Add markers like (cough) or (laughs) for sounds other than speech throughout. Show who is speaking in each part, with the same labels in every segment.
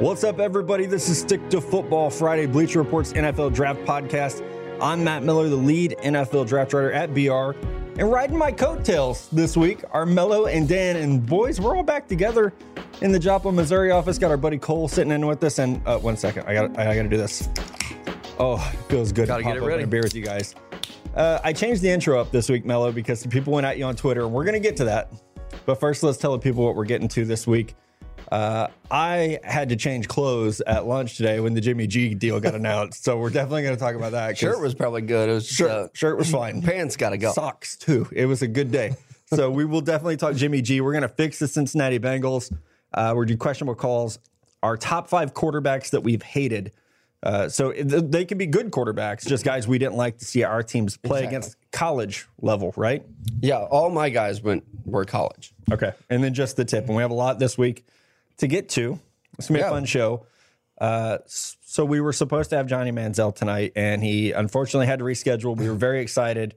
Speaker 1: What's up, everybody? This is Stick to Football Friday Bleacher Report's NFL Draft Podcast. I'm Matt Miller, the lead NFL draft writer at BR. And riding my coattails this week are Mello and Dan. And boys, we're all back together in the Joplin, Missouri office. Got our buddy Cole sitting in with us. And uh, one second, I got I got to do this. Oh, it feels good
Speaker 2: Gotta
Speaker 1: to pop
Speaker 2: get it
Speaker 1: open
Speaker 2: ready.
Speaker 1: a beer with you guys. Uh, I changed the intro up this week, Mello, because some people went at you on Twitter, and we're gonna get to that. But first, let's tell the people what we're getting to this week. Uh, I had to change clothes at lunch today when the Jimmy G deal got announced, so we're definitely gonna talk about that. 'cause
Speaker 2: Shirt was probably good. It was just,
Speaker 1: shirt,
Speaker 2: uh,
Speaker 1: shirt (laughs) was fine.
Speaker 2: pants got to go.
Speaker 1: Socks too. It was a good day. So we will definitely talk Jimmy G. We're gonna fix the Cincinnati Bengals. Uh, we're doing questionable calls. Our top five quarterbacks that we've hated. Uh, so it- th- they can be good quarterbacks, just guys we didn't like to see our teams play against college level, right?
Speaker 2: Yeah, all my guys went were college.
Speaker 1: Okay. And then just the tip. And we have a lot this week to get to. It's going to be
Speaker 2: Yeah.
Speaker 1: a fun show. Uh, s- so we were supposed to have Johnny Manziel tonight, and he unfortunately had to reschedule. We were very excited.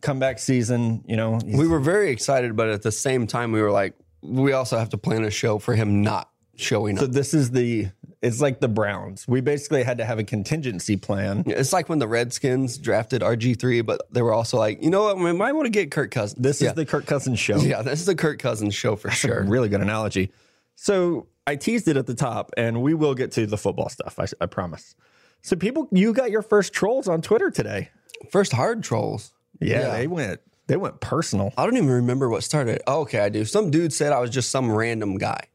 Speaker 1: Comeback season, you know. he's-
Speaker 2: We were very excited, but at the same time, we were like, we also have to plan a show for him not showing
Speaker 1: so
Speaker 2: up.
Speaker 1: this is the, it's like the Browns. We basically had to have a contingency plan.
Speaker 2: It's like when the Redskins drafted RG three, but they were also like, you know what, we might want to get Kirk Cousins.
Speaker 1: This
Speaker 2: yeah.
Speaker 1: is the Kirk Cousins show.
Speaker 2: yeah, this is the Kirk Cousins show
Speaker 1: (laughs)
Speaker 2: for sure.
Speaker 1: Really good analogy. So I teased it at the top, and we will get to the football stuff. I, I promise. So people, you got your first trolls on Twitter today.
Speaker 2: First hard trolls.
Speaker 1: Yeah, they went they went personal.
Speaker 2: I don't even remember what started. it. Oh, okay, I do. Some dude said I was just some random guy.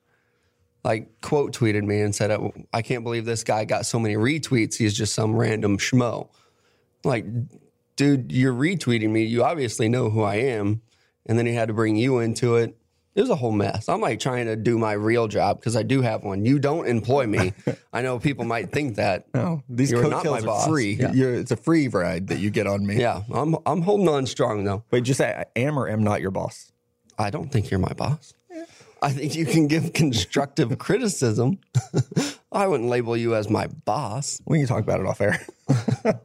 Speaker 2: Like quote tweeted me and said, "Oh, "I can't believe this guy got so many retweets. He's just some random schmo." Like, dude, you're retweeting me. You obviously know who I am. And then he had to bring you into it. It was a whole mess. I'm like trying to do my real job because I do have one. You don't employ me. I know people might think that.
Speaker 1: No, Oh, these
Speaker 2: You are
Speaker 1: coattails
Speaker 2: not my
Speaker 1: are
Speaker 2: boss.
Speaker 1: free.
Speaker 2: Yeah.
Speaker 1: You're, it's a free ride that you get on me.
Speaker 2: Yeah, I'm I'm holding on strong though.
Speaker 1: Wait, just say I am or am not your boss.
Speaker 2: I don't think you're my boss. I think you can give constructive (laughs) criticism. I wouldn't label you as my boss.
Speaker 1: We can talk about it off (laughs) air.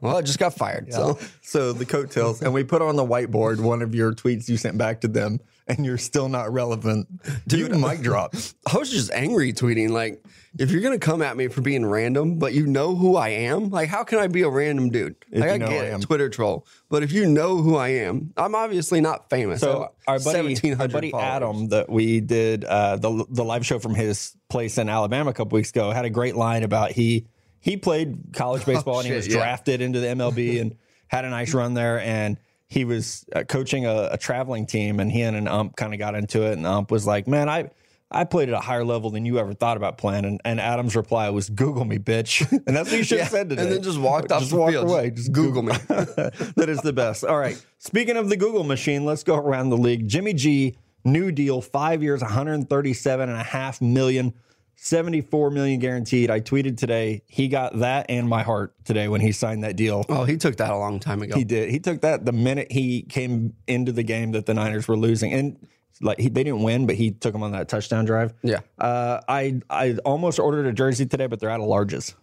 Speaker 2: Well, I just got fired. So
Speaker 1: Oh, so the coattails, and we put on the whiteboard one of your tweets you sent back to them, and you're still not relevant. Dude, you mic drop.
Speaker 2: I was just angry tweeting, like, if you're going to come at me for being random, but you know who I am, like, how can I be a random dude? Like,
Speaker 1: you
Speaker 2: I
Speaker 1: know
Speaker 2: get
Speaker 1: I am.
Speaker 2: it, Twitter troll. But if you know who I am, I'm obviously not famous.
Speaker 1: So
Speaker 2: I
Speaker 1: our
Speaker 2: have
Speaker 1: buddy, our buddy
Speaker 2: followers.
Speaker 1: Adam that we did uh, the the live show from his place in Alabama a couple weeks ago had a great line about he he played
Speaker 2: (laughs)
Speaker 1: college baseball and he
Speaker 2: Oh, shit,
Speaker 1: was
Speaker 2: yeah.
Speaker 1: drafted into the
Speaker 2: (laughs)
Speaker 1: MLB and had a nice run there and he was uh, coaching a, a traveling team and he and an ump kind of got into it and the ump was like man I I played at a higher level than you ever thought about playing and, and Adam's reply was Google me bitch (laughs) and that's what you should have said
Speaker 2: And
Speaker 1: today
Speaker 2: then just walked off
Speaker 1: Just
Speaker 2: the
Speaker 1: walk
Speaker 2: field.
Speaker 1: away
Speaker 2: Just Google me.
Speaker 1: (laughs) that is the best. All right. Speaking of the Google machine, let's go around the league. Jimmy G, new deal, five years, 137 and a half million, 74 million guaranteed. I tweeted today. He got that and my heart today when he signed that deal.
Speaker 2: Oh, he took that a long time ago.
Speaker 1: He did. He took that the minute he came into the game that the Niners were losing, and like he, they didn't win, but he took him on that touchdown drive.
Speaker 2: Yeah.
Speaker 1: Uh, I I almost ordered a jersey today, but they're out of
Speaker 2: (laughs)
Speaker 1: larges,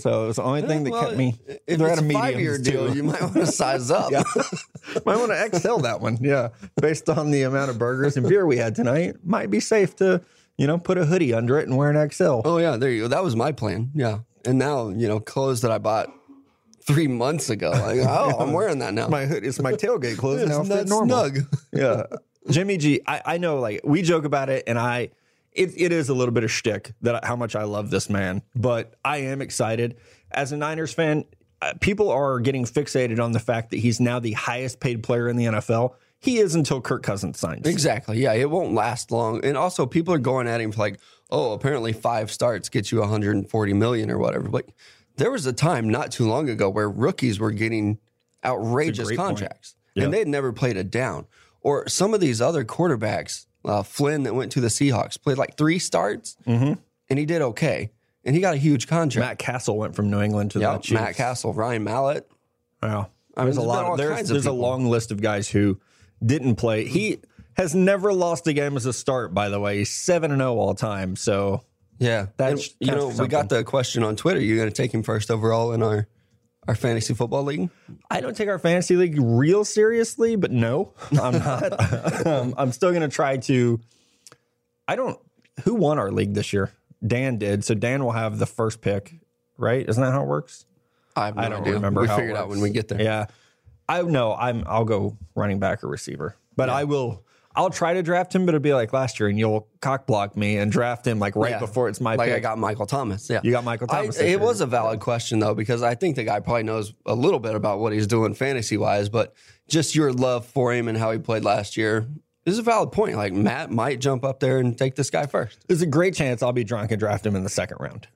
Speaker 1: so it's the only thing that
Speaker 2: Well,
Speaker 1: kept me.
Speaker 2: If
Speaker 1: they're
Speaker 2: it's
Speaker 1: out of
Speaker 2: a five year
Speaker 1: mediums
Speaker 2: deal,
Speaker 1: too.
Speaker 2: you might want
Speaker 1: (laughs)
Speaker 2: to size up.
Speaker 1: Might want to XL that one. Yeah. Based on the amount of burgers and beer we had tonight, might be safe to, you know, put a hoodie under it and wear an XL.
Speaker 2: Oh yeah, there you go. That was my plan. Yeah, and now you know clothes that I bought three months ago. Like, oh, I'm wearing that now.
Speaker 1: My hood, it's my tailgate clothes
Speaker 2: It's
Speaker 1: now. fit
Speaker 2: not
Speaker 1: normal.
Speaker 2: snug.
Speaker 1: yeah. Jimmy G, I, I know, like, we joke about it, and I, it, it is a little bit of shtick that I, how much I love this man, but I am excited. As a Niners fan, uh, people are getting fixated on the fact that he's now the highest paid player in the NFL. He is until Kirk Cousins signs.
Speaker 2: Exactly. Yeah, it won't last long. And also, people are going at him for like, oh, apparently five starts gets you 140 million or whatever. But there was a time not too long ago where rookies were getting outrageous
Speaker 1: great point.
Speaker 2: contracts,
Speaker 1: Yeah.
Speaker 2: and they'd never played a down. Or some of these other quarterbacks, uh, Flynn that went to the Seahawks played like three starts, and he did okay, and he got a huge contract.
Speaker 1: Matt Castle went from New England to the
Speaker 2: Yep,
Speaker 1: Chiefs.
Speaker 2: Matt Castle, Ryan Mallett.
Speaker 1: Wow.
Speaker 2: mean,
Speaker 1: There's a
Speaker 2: there's been
Speaker 1: lot
Speaker 2: all
Speaker 1: of, there's,
Speaker 2: kinds of
Speaker 1: there's a
Speaker 2: people.
Speaker 1: long list of guys who didn't play. He has never lost a game as a start, by the way. He's 7 and 0 all time. So
Speaker 2: Yeah,
Speaker 1: That
Speaker 2: And,
Speaker 1: sh-
Speaker 2: you
Speaker 1: counts
Speaker 2: know
Speaker 1: for
Speaker 2: we got the question on Twitter. You're going to take him first overall in our our fantasy football league.
Speaker 1: I don't take our fantasy league real seriously, but no, I'm
Speaker 2: (laughs)
Speaker 1: not. um, I'm still going to try to. I don't. Who won our league this year? Dan did. So Dan will have the first pick, right? Isn't that how it works?
Speaker 2: I, have no
Speaker 1: I don't
Speaker 2: idea.
Speaker 1: remember
Speaker 2: We
Speaker 1: how it
Speaker 2: figure it out
Speaker 1: works.
Speaker 2: when we get there.
Speaker 1: Yeah. I know I'm I'll go running back or receiver. But I will I'll try to draft him, but it'll be like last year and you'll cock block me and draft him like right
Speaker 2: Yeah.
Speaker 1: before it's my
Speaker 2: like
Speaker 1: pick.
Speaker 2: I got Michael Thomas. Yeah,
Speaker 1: You got Michael
Speaker 2: I-
Speaker 1: Thomas this year.
Speaker 2: it was a valid question though because I think the guy probably knows a little bit about what he's doing fantasy wise, but just your love for him and how he played last year is a valid point. Like Matt might jump up there and take this guy first. (laughs)
Speaker 1: There's a great chance I'll be drunk and draft him in the second round.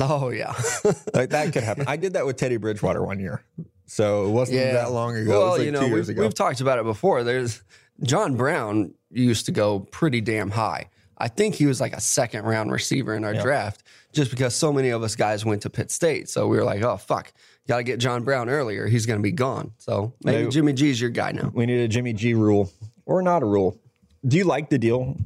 Speaker 2: Oh yeah, (laughs)
Speaker 1: Like that could happen. I did that with Teddy Bridgewater one year. So it wasn't
Speaker 2: yeah.
Speaker 1: that long ago. it
Speaker 2: Well,
Speaker 1: was like
Speaker 2: you know,
Speaker 1: two
Speaker 2: we've,
Speaker 1: years ago.
Speaker 2: we've talked about it before. There's John Brown used to go pretty damn high. I think he was like a second round receiver in our draft just because so many of us guys went to Pitt State. So we were like, oh, fuck, got to get John Brown earlier. He's going to be gone. So maybe,
Speaker 1: Maybe-
Speaker 2: Jimmy G's your guy now.
Speaker 1: we need a Jimmy G rule or not a rule. Do you like the deal?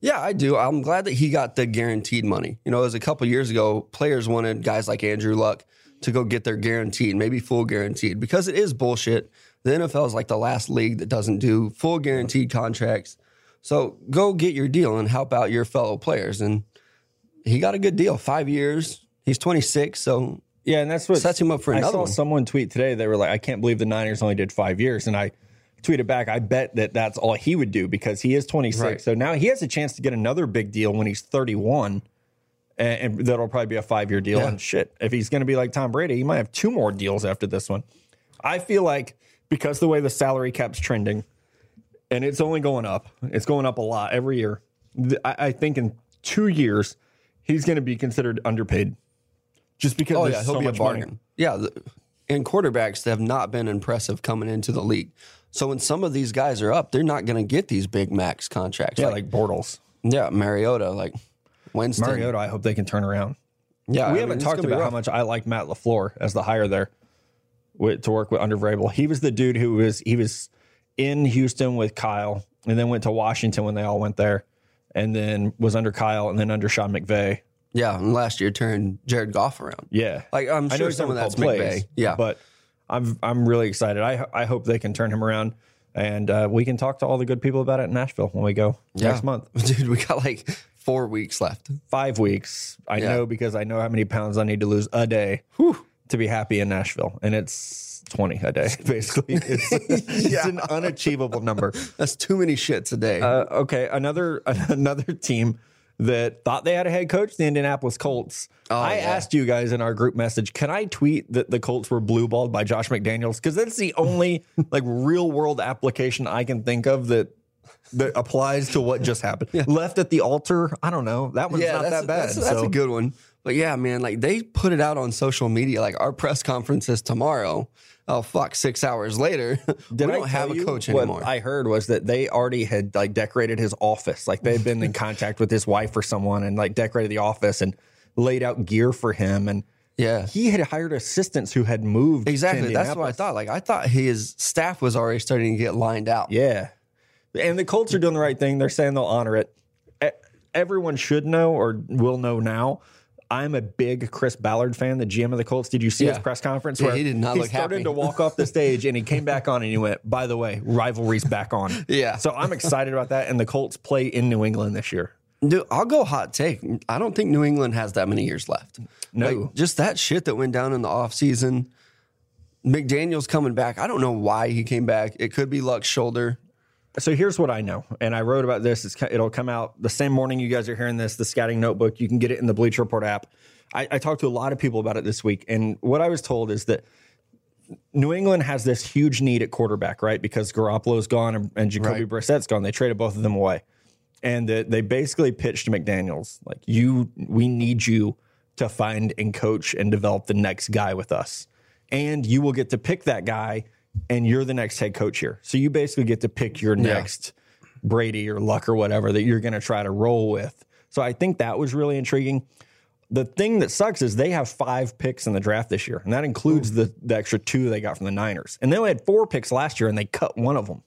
Speaker 2: Yeah, I do. I'm glad that he got the guaranteed money. You know, it was a couple years ago, players wanted guys like Andrew Luck to go get their guaranteed, maybe full guaranteed, because it is bullshit. The NFL is like the last league that doesn't do full guaranteed contracts. So go get your deal and help out your fellow players. And he got a good deal, five years. He's 26, so
Speaker 1: Yeah, and that's what
Speaker 2: sets him up for
Speaker 1: I
Speaker 2: another
Speaker 1: saw
Speaker 2: one.
Speaker 1: someone tweet today. They were like, "I can't believe the Niners only did five years," and I tweeted back, "I bet that that's all he would do because he is 26.
Speaker 2: Right.
Speaker 1: So now he has a chance to get another big deal when he's 31, and, and that'll probably be a five year deal.
Speaker 2: Yeah.
Speaker 1: And shit, if he's going to be like Tom Brady, he might have two more deals after this one. I feel like because the way the salary cap's trending, and it's only going up. It's going up a lot every year. Th- I, I think in two years, he's going to be considered underpaid. Just because
Speaker 2: Oh
Speaker 1: there's
Speaker 2: yeah, he'll
Speaker 1: so
Speaker 2: be a
Speaker 1: much money.
Speaker 2: bargain. Yeah, the, and quarterbacks that have not been impressive coming into the league. So when some of these guys are up, they're not going to get these big max contracts.
Speaker 1: Yeah,
Speaker 2: like,
Speaker 1: like, Bortles,
Speaker 2: yeah, Mariota, like Winston.
Speaker 1: Mariota. I hope they can turn around.
Speaker 2: Yeah,
Speaker 1: We haven't talked about how much I like Matt Lafleur as the hire there with, to work with under Vrabel. He was the dude who was he was in Houston with Kyle, and then went to Washington when they all went there, and then was under Kyle, and then under Sean McVay.
Speaker 2: Yeah, and last year turned Jared Goff around.
Speaker 1: Yeah,
Speaker 2: Like I'm
Speaker 1: I know
Speaker 2: sure
Speaker 1: he's
Speaker 2: some
Speaker 1: never
Speaker 2: of that's
Speaker 1: called plays,
Speaker 2: McVay. Yeah,
Speaker 1: but I'm I'm really excited. I I hope they can turn him around, and uh, we can talk to all the good people about it in Nashville when we go
Speaker 2: yeah.
Speaker 1: next month.
Speaker 2: (laughs) dude, we got like four weeks left.
Speaker 1: five weeks. I
Speaker 2: Yeah.
Speaker 1: know because I know how many pounds I need to lose a day to be happy in Nashville, and it's twenty a day (laughs) basically. It's, it's an unachievable number.
Speaker 2: That's too many shits a day.
Speaker 1: Uh, okay, another (laughs) another team that thought they had a head coach, the Indianapolis Colts. I asked you guys in our group message, can I tweet that the Colts were blue balled by Josh McDaniels? Because that's the only (laughs) like real world application I can think of that. That applies to what just happened. Left at the altar. I don't know. That one's not
Speaker 2: that's,
Speaker 1: that bad.
Speaker 2: That's, that's
Speaker 1: so-
Speaker 2: a good one. But yeah, man, like they put it out on social media. Like our press conference is tomorrow. Oh fuck, six hours later, (laughs) we don't
Speaker 1: tell
Speaker 2: have a
Speaker 1: you
Speaker 2: coach
Speaker 1: what
Speaker 2: anymore.
Speaker 1: I heard was that they already had like decorated his office. Like they had been in
Speaker 2: (laughs)
Speaker 1: contact with his wife or someone and like decorated the office and laid out gear for him. And
Speaker 2: yeah,
Speaker 1: he had hired assistants who had moved. to
Speaker 2: exactly. That's what I
Speaker 1: Indianapolis.
Speaker 2: thought. Like I thought his staff was already starting to get lined out.
Speaker 1: Yeah. And the Colts are doing the right thing. They're saying they'll honor it. E- Everyone should know or will know now. I'm a big Chris Ballard fan, the GM of the Colts. Did you see his
Speaker 2: Yeah.
Speaker 1: press conference
Speaker 2: Yeah,
Speaker 1: where
Speaker 2: he did not look
Speaker 1: started
Speaker 2: happy.
Speaker 1: to walk off the stage and he came back on and he went, by the way, rivalry's back on.
Speaker 2: (laughs) Yeah.
Speaker 1: So I'm excited about that. And the Colts play in New England this year.
Speaker 2: Dude, I'll go hot take. I don't think New England has that many years left.
Speaker 1: No.
Speaker 2: Like, just that shit that went down in the offseason. McDaniel's coming back. I don't know why he came back. It could be Luck's shoulder.
Speaker 1: so here's what I know, and I wrote about this. It's, it'll come out the same morning you guys are hearing this. The scouting notebook, you can get it in the Bleach Report app. I, I talked to a lot of people about it this week, and what I was told is that New England has this huge need at quarterback, right? Because Garoppolo's gone and, and Jacoby
Speaker 2: Right.
Speaker 1: Brissett's gone. They traded both of them away, and that they basically pitched to McDaniel's like, "You, we need you to find and coach and develop the next guy with us, and you will get to pick that guy." And you're the next head coach here. So you basically get to pick your next Brady or Luck or whatever that you're going to try to roll with. So I think that was really intriguing. The thing that sucks is they have five picks in the draft this year, and that includes the, the extra two they got from the Niners. And they only had four picks last year, and they cut one of them.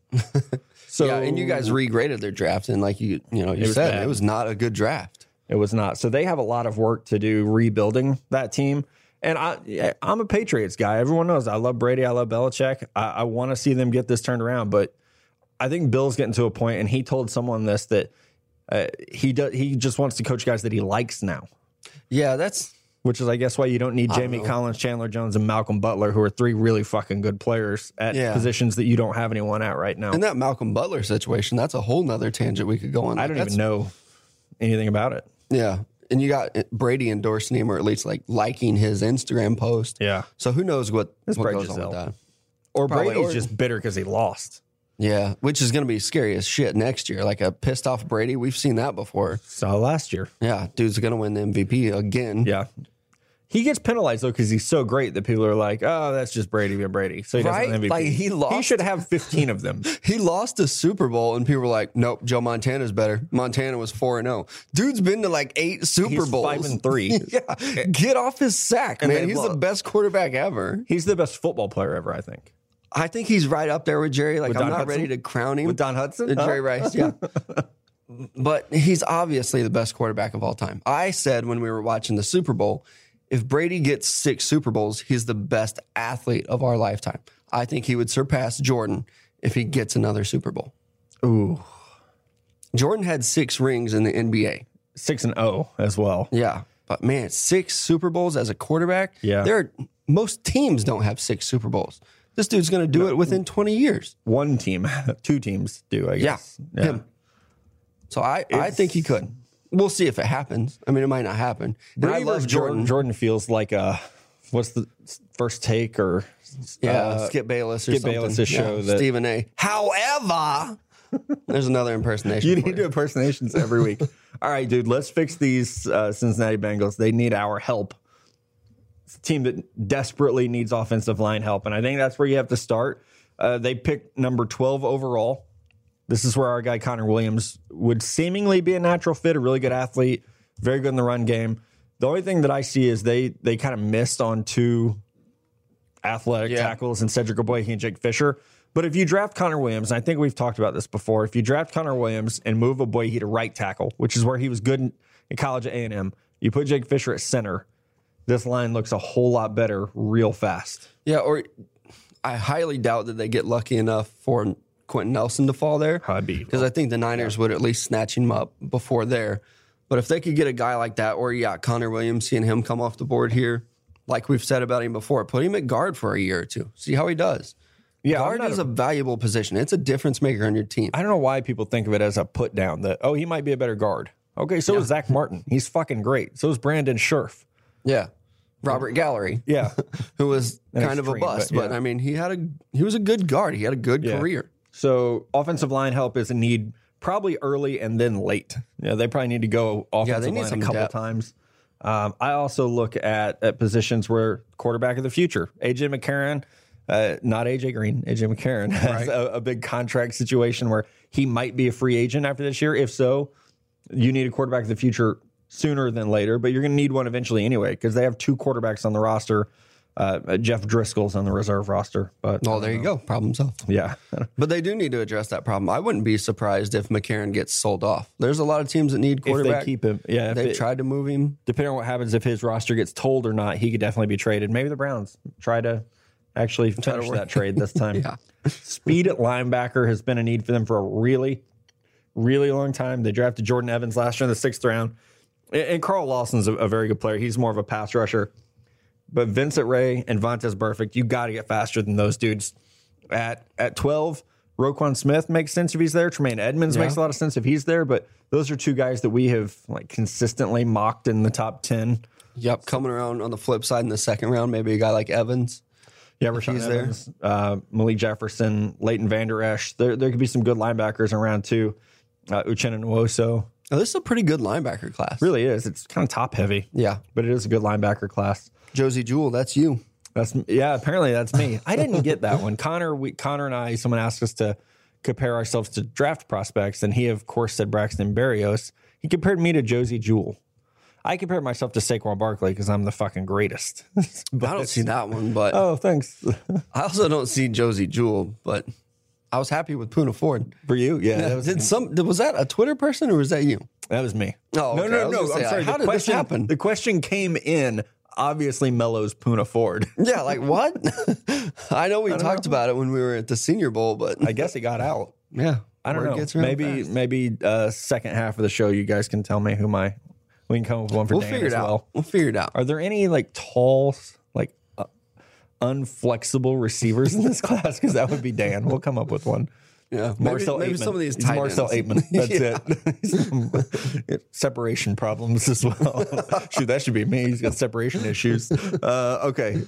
Speaker 2: (laughs)
Speaker 1: so
Speaker 2: Yeah, and you guys regraded their draft, and like you, you know, you
Speaker 1: was
Speaker 2: said
Speaker 1: bad.
Speaker 2: it was not a good draft.
Speaker 1: It was not. So they have a lot of work to do rebuilding that team. And I, yeah, I'm a Patriots guy. Everyone knows I love Brady. I love Belichick. I, I want to see them get this turned around. But I think Bill's getting to a point, and he told someone this that Uh, he does. He just wants to coach guys that he likes now,
Speaker 2: Yeah, that's
Speaker 1: which is, I guess, why you don't need
Speaker 2: don't
Speaker 1: Jamie
Speaker 2: know.
Speaker 1: Collins, Chandler Jones, and Malcolm Butler, who are three really fucking good players at
Speaker 2: Yeah.
Speaker 1: positions that you don't have anyone at right now.
Speaker 2: and that Malcolm Butler situation. That's a whole nother tangent we could go on.
Speaker 1: I
Speaker 2: Like,
Speaker 1: don't
Speaker 2: that's-
Speaker 1: even know anything about it.
Speaker 2: Yeah, and you got uh, Brady endorsing him, or at least like liking his Instagram post.
Speaker 1: Yeah,
Speaker 2: So who knows what,
Speaker 1: It's
Speaker 2: what
Speaker 1: probably
Speaker 2: goes on
Speaker 1: Giselle.
Speaker 2: with that?
Speaker 1: or
Speaker 2: Probably
Speaker 1: Brady's
Speaker 2: Orton.
Speaker 1: just bitter because he lost.
Speaker 2: Yeah, which is going to be scary as shit next year. Like a pissed off Brady, we've seen that before.
Speaker 1: Saw last year.
Speaker 2: Yeah, dude's going to win the MVP again.
Speaker 1: Yeah. He gets penalized though because he's so great that people are like, "Oh, that's just Brady being Brady." So he doesn't
Speaker 2: Right?
Speaker 1: win MVP.
Speaker 2: Like, he
Speaker 1: He
Speaker 2: lost-
Speaker 1: should have fifteen of
Speaker 2: (laughs)
Speaker 1: them.
Speaker 2: He lost the Super Bowl, and people were like, "Nope, Joe Montana's better." Montana was four and zero. Dude's been to like eight Super
Speaker 1: He's
Speaker 2: Bowls.
Speaker 1: five and
Speaker 2: (laughs)
Speaker 1: three.
Speaker 2: yeah, get off his sack,
Speaker 1: And
Speaker 2: man.
Speaker 1: they
Speaker 2: He's
Speaker 1: lost.
Speaker 2: the best quarterback ever.
Speaker 1: He's the best football player ever, I think.
Speaker 2: I think he's right up there with Jerry. Like
Speaker 1: With
Speaker 2: I'm
Speaker 1: Don
Speaker 2: not
Speaker 1: Hudson?
Speaker 2: ready to crown him.
Speaker 1: With Don Hudson,
Speaker 2: Uh, Jerry
Speaker 1: Huh?
Speaker 2: Rice, yeah. (laughs) but he's obviously the best quarterback of all time. I said when we were watching the Super Bowl, if Brady gets six Super Bowls, he's the best athlete of our lifetime. I think he would surpass Jordan if he gets another Super Bowl.
Speaker 1: Ooh,
Speaker 2: Jordan had six rings in the NBA.
Speaker 1: six and O as well.
Speaker 2: Yeah. But man, six Super Bowls as a quarterback.
Speaker 1: Yeah.
Speaker 2: There are, most teams don't have six Super Bowls. This dude's going to do it within 20 years.
Speaker 1: One team, (laughs) two teams do. I
Speaker 2: Yeah,
Speaker 1: guess.
Speaker 2: him. So I, I think he could. We'll see if it happens. I mean, it might not happen. And I
Speaker 1: Brady versus
Speaker 2: love
Speaker 1: Jordan.
Speaker 2: Jordan.
Speaker 1: Jordan feels like a what's the first take or
Speaker 2: Yeah,
Speaker 1: uh,
Speaker 2: Skip Bayless or
Speaker 1: Skip
Speaker 2: something.
Speaker 1: Bayless's show that-
Speaker 2: Stephen A. However, there's another
Speaker 1: (laughs)
Speaker 2: impersonation.
Speaker 1: You
Speaker 2: for
Speaker 1: need to do impersonations every
Speaker 2: (laughs)
Speaker 1: week. All right, dude, let's fix these uh, Cincinnati Bengals. They need our help. It's a team that desperately needs offensive line help, and I think that's where you have to start. Uh, they picked number 12 overall. This is where our guy Connor Williams would seemingly be a natural fit, a really good athlete, very good in the run game. The only thing that I see is they they kind of missed on two athletic
Speaker 2: Yeah.
Speaker 1: tackles and Cedric Oblehi and Jake Fisher. But if you draft Connor Williams, and I think we've talked about this before, if you draft Connor Williams and move Oblehi to right tackle, which is where he was good in, in college at A&M, you put Jake Fisher at center, this line looks a whole lot better real fast.
Speaker 2: Yeah, or I highly doubt that they get lucky enough for Quentin Nelson to fall there.
Speaker 1: I'd be
Speaker 2: Because I think the Niners would at least snatch him up before there. But if they could get a guy like that, or yeah, Connor Williams, seeing him come off the board here, like we've said about him before, put him at guard for a year or two, see how he does.
Speaker 1: Yeah, I'm
Speaker 2: guard
Speaker 1: not
Speaker 2: is a valuable position. It's a difference maker on your team.
Speaker 1: I don't know why people think of it as a put down that, oh, he might be a better guard. Okay, so is Zach Martin. He's fucking great. So is Brandon Scherf.
Speaker 2: Yeah, Robert Gallery.
Speaker 1: Yeah. (laughs)
Speaker 2: who was
Speaker 1: An
Speaker 2: kind of a
Speaker 1: extreme, but
Speaker 2: bust,
Speaker 1: yeah.
Speaker 2: but I mean, he had a he was a good guard. He had a good
Speaker 1: Yeah.
Speaker 2: career.
Speaker 1: so offensive line help is a need probably early and then late. Yeah, they probably need to go offensive
Speaker 2: need
Speaker 1: line
Speaker 2: some
Speaker 1: a couple
Speaker 2: depth.
Speaker 1: times. Um, I also look at, at positions where quarterback of the future, AJ McCarron, uh, not AJ Green, AJ McCarron has a, a big contract situation where he might be a free agent after this year. If so, you need a quarterback of the future sooner than later, but you're going to need one eventually anyway because they have two quarterbacks on the roster. Uh, Jeff Driscoll's on the reserve roster, but
Speaker 2: Oh, there you go, problem solved.
Speaker 1: yeah, (laughs)
Speaker 2: But they do need to address that problem. I wouldn't be surprised if McCarron gets sold off. There's a lot of teams that need
Speaker 1: if
Speaker 2: quarterback.
Speaker 1: they keep him, yeah, if
Speaker 2: They've
Speaker 1: it-
Speaker 2: tried to move him.
Speaker 1: depending on what happens if his roster gets told or not, he could definitely be traded. Maybe the Browns try to actually finish
Speaker 2: work.
Speaker 1: that trade this time.
Speaker 2: Yeah.
Speaker 1: Speed at linebacker has been a need for them for a really, really long time. They drafted Jordan Evans last year in the sixth round. And- And Carl Lawson's a, a very good player. He's more of a pass rusher. But Vincent Ray and Vontez Perfect, you got to get faster than those dudes. At at 12, Roquan Smith makes sense if he's there. Tremaine Edmonds makes a lot of sense if he's there. But those are two guys that we have like consistently mocked in the top 10.
Speaker 2: Yep, coming around on the flip side in the second round, maybe a guy like Evans.
Speaker 1: Yeah, Rashawn
Speaker 2: he's there.
Speaker 1: Evans, uh, Malik Jefferson, Leighton Vander Esch. There, there could be some good linebackers in round two. Uh, Uchenna and Nwosu.
Speaker 2: Now, this is a pretty good linebacker class.
Speaker 1: Really is. It's kind of top heavy,
Speaker 2: Yeah,
Speaker 1: but it is a good linebacker class.
Speaker 2: Josie Jewell, that's you.
Speaker 1: That's yeah. Apparently, that's me. I didn't get that one. Connor, we, Connor and I. Someone asked us to compare ourselves to draft prospects, and he, of course, said Braxton Berrios. He compared me to Josie Jewell. I compared myself to Saquon Barkley because I'm the fucking greatest. (laughs)
Speaker 2: I don't see that one, but
Speaker 1: oh, thanks
Speaker 2: I also don't see Josie Jewell. But I was happy with Puna Ford.
Speaker 1: (laughs) for you. Yeah, that was
Speaker 2: Did some was that a Twitter person or was that you?
Speaker 1: That was me.
Speaker 2: Oh,
Speaker 1: no,
Speaker 2: okay.
Speaker 1: no,
Speaker 2: I was
Speaker 1: no.
Speaker 2: gonna
Speaker 1: I'm
Speaker 2: say,
Speaker 1: sorry.
Speaker 2: how
Speaker 1: the
Speaker 2: did this
Speaker 1: question,
Speaker 2: happen?
Speaker 1: The question came in. Obviously, Mello's Puna Ford.
Speaker 2: Yeah, like what? (laughs) I know we talked about it when we were at the Senior Bowl, but
Speaker 1: I guess he got out.
Speaker 2: yeah,
Speaker 1: I don't
Speaker 2: Word
Speaker 1: know.
Speaker 2: gets around
Speaker 1: Maybe
Speaker 2: fast.
Speaker 1: maybe uh, second half of the show, you guys can tell me who my. We can come up with one for
Speaker 2: We'll
Speaker 1: Dan
Speaker 2: figure
Speaker 1: as
Speaker 2: it out.
Speaker 1: well.
Speaker 2: We'll figure it out.
Speaker 1: Are there any like tall, like uh, unflexible receivers in this (laughs) class? Because that would be Dan. We'll come up with one.
Speaker 2: Yeah,
Speaker 1: Marcel Aitman.
Speaker 2: maybe, maybe some of these
Speaker 1: It's
Speaker 2: tight
Speaker 1: Marcel
Speaker 2: ends.
Speaker 1: Aitman.
Speaker 2: (laughs)
Speaker 1: That's it. (laughs) separation problems as well. (laughs) Shoot, that should be me. He's got separation issues. Uh, okay.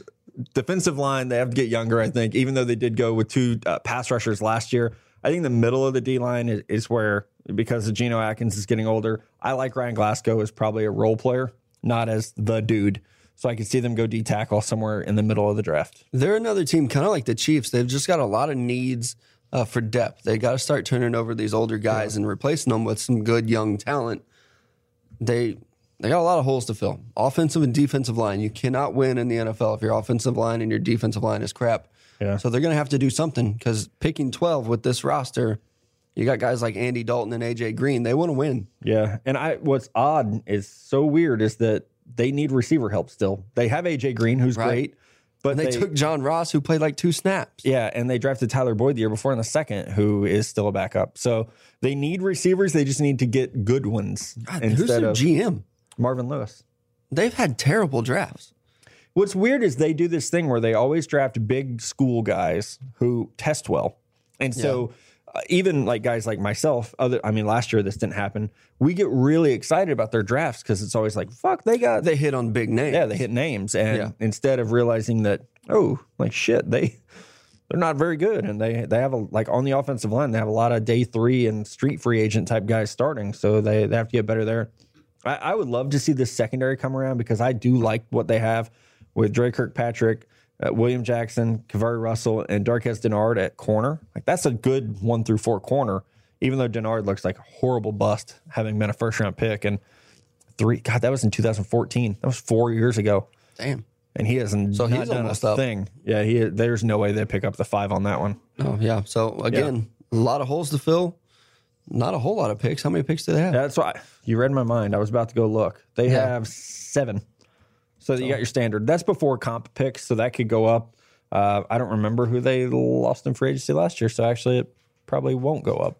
Speaker 1: Defensive line, they have to get younger, I think, even though they did go with two uh, pass rushers last year. I think the middle of the D line is, is where, because Geno Atkins is getting older, I like Ryan Glasgow as probably a role player, not as the dude. So I could see them go D tackle somewhere in the middle of the draft.
Speaker 2: They're another team, kind of like the Chiefs. They've just got a lot of needs uh, for depth. They got to start turning over these older guys and replacing them with some good young talent. They they got a lot of holes to fill. Offensive and defensive line. You cannot win in the NFL if your offensive line and your defensive line is crap.
Speaker 1: Yeah.
Speaker 2: So they're going to have to do something because picking twelve with this roster, you got guys like Andy Dalton and AJ Green. They want to win.
Speaker 1: Yeah, and I what's odd is so weird is that they need receiver help still. They have AJ Green, who's
Speaker 2: Right.
Speaker 1: great, but
Speaker 2: And they,
Speaker 1: they,
Speaker 2: took John Ross, who played like two snaps.
Speaker 1: yeah, and they drafted Tyler Boyd the year before in the second, who is still a backup. So they need receivers. They just need to get good ones
Speaker 2: Who's
Speaker 1: instead
Speaker 2: their
Speaker 1: of
Speaker 2: GM?
Speaker 1: Marvin Lewis.
Speaker 2: They've had terrible drafts.
Speaker 1: What's weird is they do this thing where they always draft big school guys who test well. And so uh, even like guys like myself, other I mean last year this didn't happen. We get really excited about their drafts cuz it's always like fuck, they got
Speaker 2: They hit on big names.
Speaker 1: yeah, they hit names, and
Speaker 2: Yeah.
Speaker 1: instead of realizing that, oh, like shit, they they're not very good, and they they have a like on the offensive line, they have a lot of day three and street free agent type guys starting, so they they have to get better there. I, I would love to see this secondary come around because I do like what they have with Dre Kirkpatrick. Uh, William Jackson, Kavari Russell, and Darquez Denard at corner. Like that's a good one through four corner. Even though Denard looks like a horrible bust, having been a first round pick, and three. God, that was in 2014. That was four years ago,
Speaker 2: Damn.
Speaker 1: and he hasn't
Speaker 2: So
Speaker 1: not
Speaker 2: he's
Speaker 1: done a
Speaker 2: almost up.
Speaker 1: thing. Yeah, he. There's no way they pick up the five on that one.
Speaker 2: Oh yeah. So again, a lot of holes to fill. Not a whole lot of picks. How many picks do they have?
Speaker 1: That's why you read my mind. I was about to go look. They
Speaker 2: Yeah.
Speaker 1: have seven. So you got your standard. That's before comp picks, so that could go up. Uh, I don't remember who they lost in free agency last year, so actually it probably won't go up.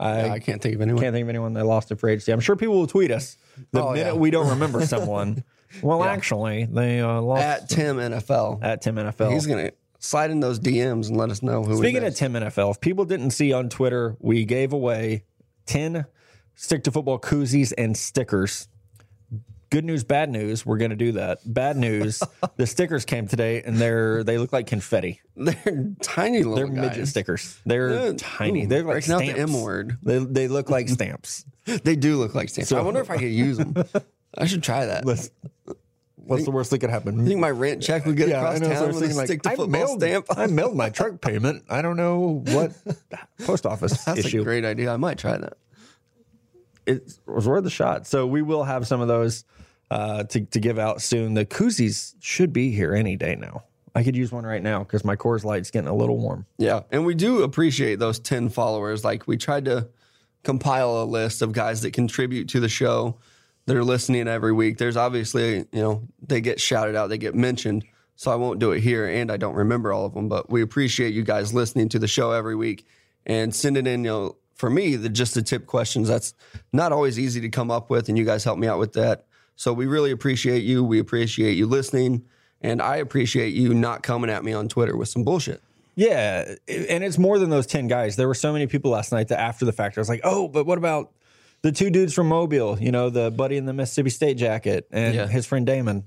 Speaker 1: I
Speaker 2: I can't think of anyone.
Speaker 1: can't think of anyone they lost in free agency. I'm sure people will tweet us the
Speaker 2: Oh,
Speaker 1: minute
Speaker 2: yeah.
Speaker 1: we don't remember
Speaker 2: (laughs)
Speaker 1: someone. well, actually, they uh, lost at,
Speaker 2: At Tim NFL,
Speaker 1: Tim NFL.
Speaker 2: he's gonna slide in those DMs and let us know who.
Speaker 1: Speaking of 10 NFL, if people didn't see on Twitter, we gave away 10 stick to football koozies and stickers. Good news, bad news. We're going to do that. Bad
Speaker 2: (laughs)
Speaker 1: news: the stickers came today, and they're they look like confetti.
Speaker 2: of, (laughs) they're tiny little
Speaker 1: They're
Speaker 2: guys.
Speaker 1: midget stickers. They're
Speaker 2: They're-
Speaker 1: tiny.
Speaker 2: ooh,
Speaker 1: They're like
Speaker 2: breaking out the
Speaker 1: stamps.
Speaker 2: M word.
Speaker 1: They they look (laughs) like stamps.
Speaker 2: They do look like stamps. I wonder if I could use them. I should
Speaker 1: (laughs)
Speaker 2: try that. I
Speaker 1: What's what's the worst that could happen?
Speaker 2: think my rent check would get across
Speaker 1: I know, so I
Speaker 2: town
Speaker 1: was
Speaker 2: with a
Speaker 1: thinking, like,
Speaker 2: stick to
Speaker 1: I
Speaker 2: football
Speaker 1: mailed-
Speaker 2: stamp.
Speaker 1: I mailed my truck payment. I don't know
Speaker 2: (laughs)
Speaker 1: what post office
Speaker 2: That's
Speaker 1: issue.
Speaker 2: a great idea. I might try that.
Speaker 1: it was worth a shot. So we will have some of those uh, to to give out soon. The koozies should be here any day now. I could use one right now because my Coors Light's getting a little warm.
Speaker 2: Yeah. And we do appreciate those 10 followers. Like we tried to compile a list of guys that contribute to the show that are listening every week. There's obviously, you know, they get shouted out, they get mentioned. So I won't do it here and I don't remember all of them, but we appreciate you guys listening to the show every week and sending in, you know, for me, the just the tip questions. That's not always easy to come up with and you guys help me out with that. So we really appreciate you. We appreciate you listening and I appreciate you not coming at me on Twitter with some bullshit.
Speaker 1: Yeah, it- and it's more than those ten guys. There were so many people last night that after the fact, I was like, "Oh, but what about the two dudes from Mobile? You know, the buddy in the Mississippi State jacket and
Speaker 2: Yeah.
Speaker 1: his friend Damon."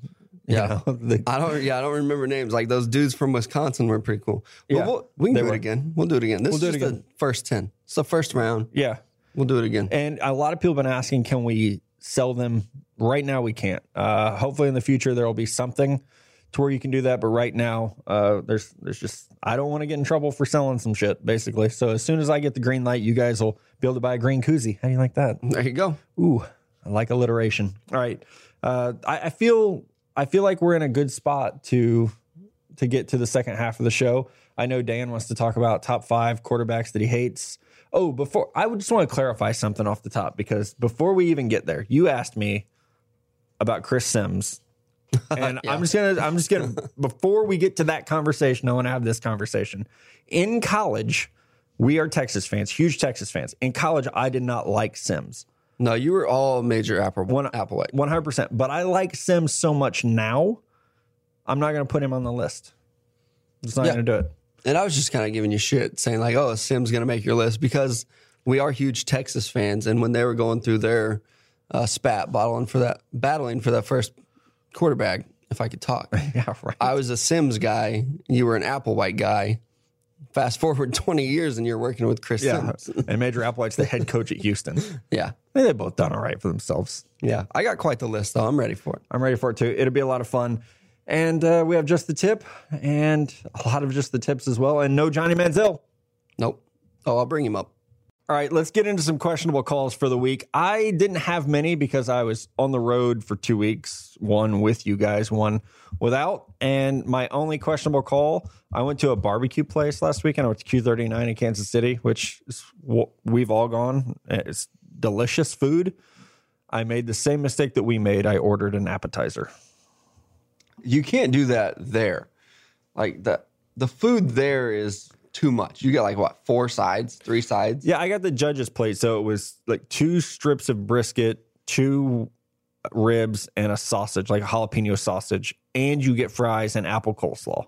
Speaker 1: You
Speaker 2: Yeah.
Speaker 1: know, (laughs) the-
Speaker 2: I don't. Yeah, I don't remember names. Like those dudes from Wisconsin were pretty cool. But
Speaker 1: Yeah,
Speaker 2: we'll, we can
Speaker 1: they
Speaker 2: do
Speaker 1: were.
Speaker 2: it again. We'll do it again. This
Speaker 1: do
Speaker 2: is
Speaker 1: it
Speaker 2: just
Speaker 1: again.
Speaker 2: the first ten. It's the first round.
Speaker 1: yeah,
Speaker 2: We'll do it again.
Speaker 1: And a lot of people have been asking, can we sell them? Right now, we can't. Uh, hopefully, in the future, there will be something to where you can do that. But right now, uh, there's there's just I don't want to get in trouble for selling some shit, basically. So as soon as I get the green light, you guys will be able to buy a green koozie. How do you like that?
Speaker 2: There you go.
Speaker 1: Ooh, I like alliteration. All right, uh, I, I feel I feel like we're in a good spot to to get to the second half of the show. I know Dan wants to talk about top five quarterbacks that he hates. Oh, before I would just want to clarify something off the top because before we even get there, you asked me about Chris (laughs) Sims. And I'm just gonna I'm just (laughs) gonna before we get to that conversation, I want to have this conversation. In college, We are Texas fans, huge Texas fans. In college, I did not like Sims.
Speaker 2: No, you were all major Apple
Speaker 1: One-
Speaker 2: Applewhite.
Speaker 1: One hundred percent. But I like Sims so much now, I'm not going to put him on the list. Just not
Speaker 2: Yeah.
Speaker 1: going to do it. (laughs)
Speaker 2: And I was just kind of giving you shit, saying like, "Oh, Sim's gonna make your list," because we are huge Texas fans. And when they were going through their uh, spat, battling for that, battling for that first quarterback, if I
Speaker 1: (laughs)
Speaker 2: could talk,
Speaker 1: Yeah, right.
Speaker 2: I was a Sims guy. You were an Applewhite guy. Fast forward (laughs) twenty years, and you're working with
Speaker 1: (laughs)
Speaker 2: Chris
Speaker 1: yeah,
Speaker 2: Sims.
Speaker 1: and Major Applewhite's the head coach at
Speaker 2: (laughs)
Speaker 1: Houston.
Speaker 2: Yeah,
Speaker 1: I think they've both done all right for themselves.
Speaker 2: yeah. I got quite the list, though. I'm ready for it.
Speaker 1: I'm ready for it too. It'll be a lot of fun. And uh, we have just the tip and a lot of just the tips as well. And no Johnny Manziel.
Speaker 2: Nope. Oh, I'll bring him up.
Speaker 1: All right, let's get into some questionable calls for the week. I didn't have many because I was on the road for two weeks, one with you guys, one without. And my only questionable call, I went to a barbecue place last weekend. I went to Q39 in Kansas City, which is, wh- we've all gone. It's delicious food. I made the same mistake that we made. I ordered an appetizer.
Speaker 2: you can't do that there. Like the the food there is too much. You get like what four sides, three sides.
Speaker 1: Yeah, I got the judge's plate. So it was like two strips of brisket, two ribs, and a sausage, like a jalapeno sausage. And you get fries and apple coleslaw.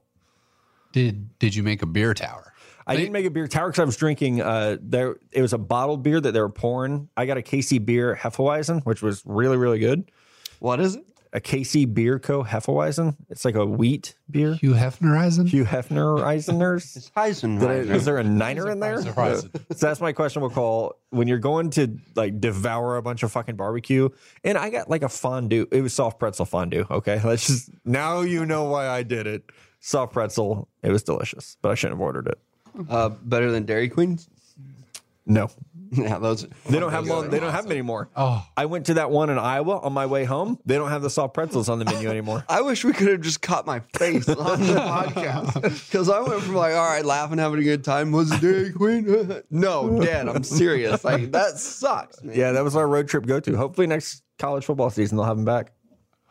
Speaker 3: Did did you make a beer tower?
Speaker 1: I didn't make a beer tower because I was drinking. Uh, there, it was a bottled beer that they were pouring. I got a KC beer Hefeweizen, which was really, really good.
Speaker 2: What is it?
Speaker 1: A KC Beer Co. Hefeweizen. It's like a wheat beer.
Speaker 3: Hugh Hefner Eisen?
Speaker 1: Hugh Hefner Eiseners.
Speaker 2: It's Heisen.
Speaker 1: Did I- is
Speaker 2: Right
Speaker 1: there a niner in there?
Speaker 3: surprise.
Speaker 1: (laughs) So that's my question. We'll call when you're going to like devour a bunch of fucking barbecue. And I got like a fondue. It was soft pretzel fondue. Okay, (laughs) let's just now you know why I did it. Soft pretzel. It was delicious, but I shouldn't have ordered it.
Speaker 2: uh, better than Dairy Queens.
Speaker 1: No,
Speaker 2: (laughs) yeah, those.
Speaker 1: they don't have long, they don't have many more.
Speaker 3: Oh.
Speaker 1: I went to that one in Iowa on my way home. They don't have the soft pretzels on the menu anymore. (laughs)
Speaker 2: I wish we could have just caught my face on (laughs) the podcast because I went from like, all right, laughing, having a good time. Was it Dairy Queen? (laughs) no, Dad, I'm serious. Like that sucks, man.
Speaker 1: yeah, that was our road trip go to. Hopefully next college football season they'll have them back.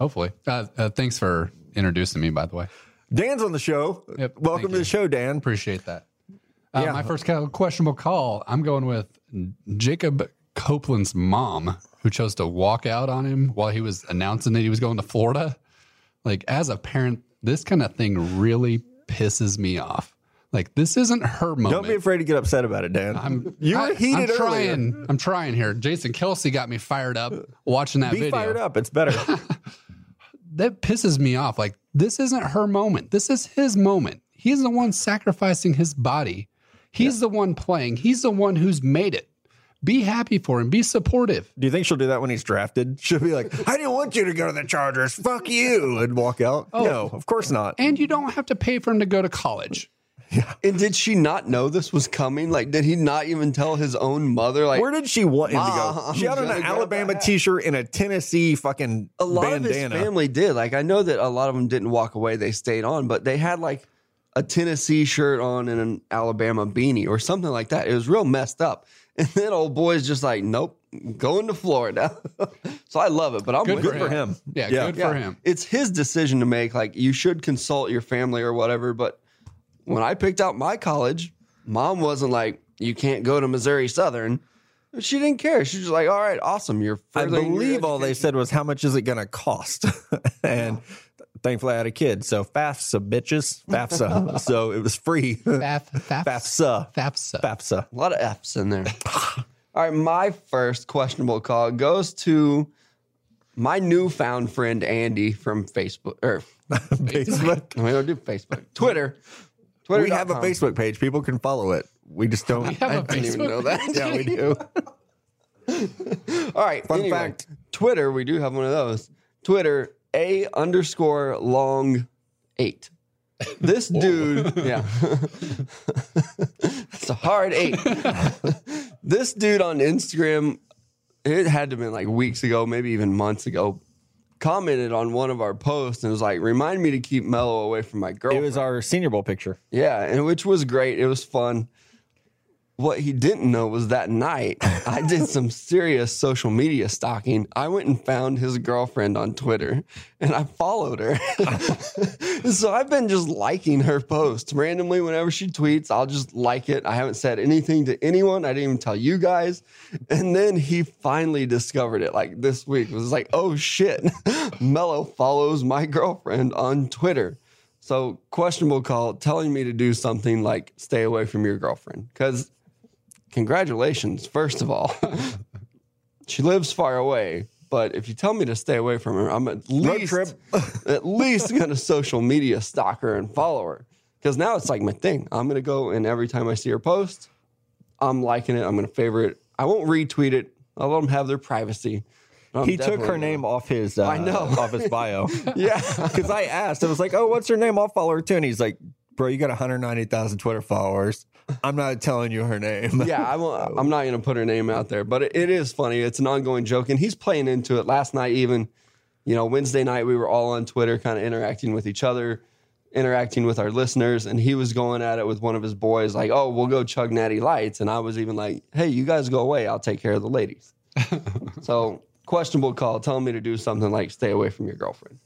Speaker 3: Hopefully. Uh, uh, thanks for introducing me, by the way.
Speaker 1: Dan's on the show.
Speaker 3: Yep,
Speaker 1: Welcome to
Speaker 3: thank
Speaker 1: the
Speaker 3: you.
Speaker 1: show, Dan.
Speaker 3: Appreciate that. Uh,
Speaker 1: Yeah.
Speaker 3: My first co- questionable call. I'm going with Jacob Copeland's mom, who chose to walk out on him while he was announcing that he was going to Florida. Like, as a parent, this kind of thing really pisses me off. Like, this isn't her moment.
Speaker 1: Don't be afraid to get upset about it, Dan. you were
Speaker 3: I-
Speaker 1: heated
Speaker 3: I'm
Speaker 1: earlier.
Speaker 3: trying. I'm trying here. Jason Kelsey got me fired up watching that
Speaker 1: Be
Speaker 3: video.
Speaker 1: fired up. It's
Speaker 3: (laughs)
Speaker 1: better.
Speaker 3: that pisses me off. Like, this isn't her moment. This is his moment. He's the one sacrificing his body. He's the one playing. He's the one who's made it. Be happy for him. Be supportive.
Speaker 1: do you think she'll do that when he's drafted? She'll be like, I didn't want you to go to the Chargers. Fuck you. And walk out. No, of course not.
Speaker 3: Oh. And you don't have to pay for him to go to college.
Speaker 2: And did she not know this was coming? Like, did he not even tell his own mother? Like,
Speaker 1: Where did she want him to go?
Speaker 2: Mom,
Speaker 1: She had on
Speaker 2: gotta
Speaker 1: an
Speaker 2: go
Speaker 1: Alabama
Speaker 2: back.
Speaker 1: t shirt and a Tennessee fucking
Speaker 2: a lot
Speaker 1: bandana.
Speaker 2: of his family did. Like I know that a lot of them didn't walk away; they stayed on, but they had like a Tennessee shirt on and an Alabama beanie or something like that. It was real messed up. And then old boy's just like, "Nope, going to Florida." (laughs) so I love it, but I'm with
Speaker 1: Good for him.
Speaker 3: Yeah,
Speaker 1: Yeah.
Speaker 3: good for him.
Speaker 2: It's his decision to make. Like you should consult your family or whatever. But when I picked out my college, mom wasn't like, "You can't go to Missouri Southern." She didn't care. She was just like, "All right, awesome. You're."
Speaker 1: I
Speaker 2: furthering your
Speaker 1: believe all they
Speaker 2: education."
Speaker 1: said was, How much is it going to cost? (laughs) and thankfully, I had a kid. So FAFSA, bitches.
Speaker 3: (laughs)
Speaker 1: FAFSA. so it was free. (laughs)
Speaker 3: Faf, faf,
Speaker 1: FAFSA.
Speaker 3: FAFSA.
Speaker 1: FAFSA.
Speaker 2: A lot of F's
Speaker 1: (laughs)
Speaker 2: in there. All right, my first questionable call goes to my newfound friend Andy from Facebook. Or
Speaker 1: Facebook.
Speaker 2: we don't do Facebook. Twitter. Twitter.
Speaker 1: We have a Facebook page. People can follow it. We just don't.
Speaker 3: We have a
Speaker 2: I didn't even know
Speaker 3: Facebook.
Speaker 2: that.
Speaker 1: yeah, we do.
Speaker 2: (laughs) All right.
Speaker 1: Fun
Speaker 2: anyway,
Speaker 1: fact.
Speaker 2: Twitter. We do have one of those. Twitter a underscore long eight. This (laughs) dude, yeah, it's a hard eight. (laughs) this dude on Instagram, it had to have been like weeks ago, maybe even months ago, commented on one of our posts and was like, "Remind me to keep Mello away from my girl."
Speaker 1: It was our Senior Bowl picture.
Speaker 2: Yeah, and which was great. It was fun. What he didn't know was that night I did some serious social media stalking. I went and found his girlfriend on Twitter and I followed her. (laughs) so I've been just liking her posts randomly whenever she tweets. I'll just like it. I haven't said anything to anyone. I didn't even tell you guys. And then he finally discovered it like this week. It was like, oh shit, (laughs) Mello follows my girlfriend on Twitter. So questionable call telling me to do something like stay away from your girlfriend. Because congratulations, first
Speaker 1: (laughs)
Speaker 2: of all, she lives far away. But if you tell me to stay away from her, I'm at least
Speaker 1: trip.
Speaker 2: (laughs) at least gonna social media stalk her and follow her. Because now it's like my thing. I'm gonna go and every time I see her post, I'm liking it. I'm gonna favorite. it. I won't retweet it. I'll let them have their privacy. I'm
Speaker 1: he took her
Speaker 2: definitely-
Speaker 1: name off his. Uh, I
Speaker 2: know.
Speaker 1: (laughs) off his bio
Speaker 2: (laughs) Yeah.
Speaker 1: because I asked. I was like, "Oh, what's her name?" I'll follow her too. And he's like, "Bro, you got 190,000 Twitter followers. I'm not telling you her name."
Speaker 2: yeah, I won't, I'm not going to put her name out there, but it, it is funny. It's an ongoing joke, and he's playing into it. Last night, even, you know, Wednesday night, we were all on Twitter, kind of interacting with each other, interacting with our listeners, and he was going at it with one of his boys, like, "Oh, we'll go chug natty lights," and I was even like, "Hey, you guys go away. I'll take care of the (laughs) ladies." so questionable call, telling me to do something like stay away from your girlfriend.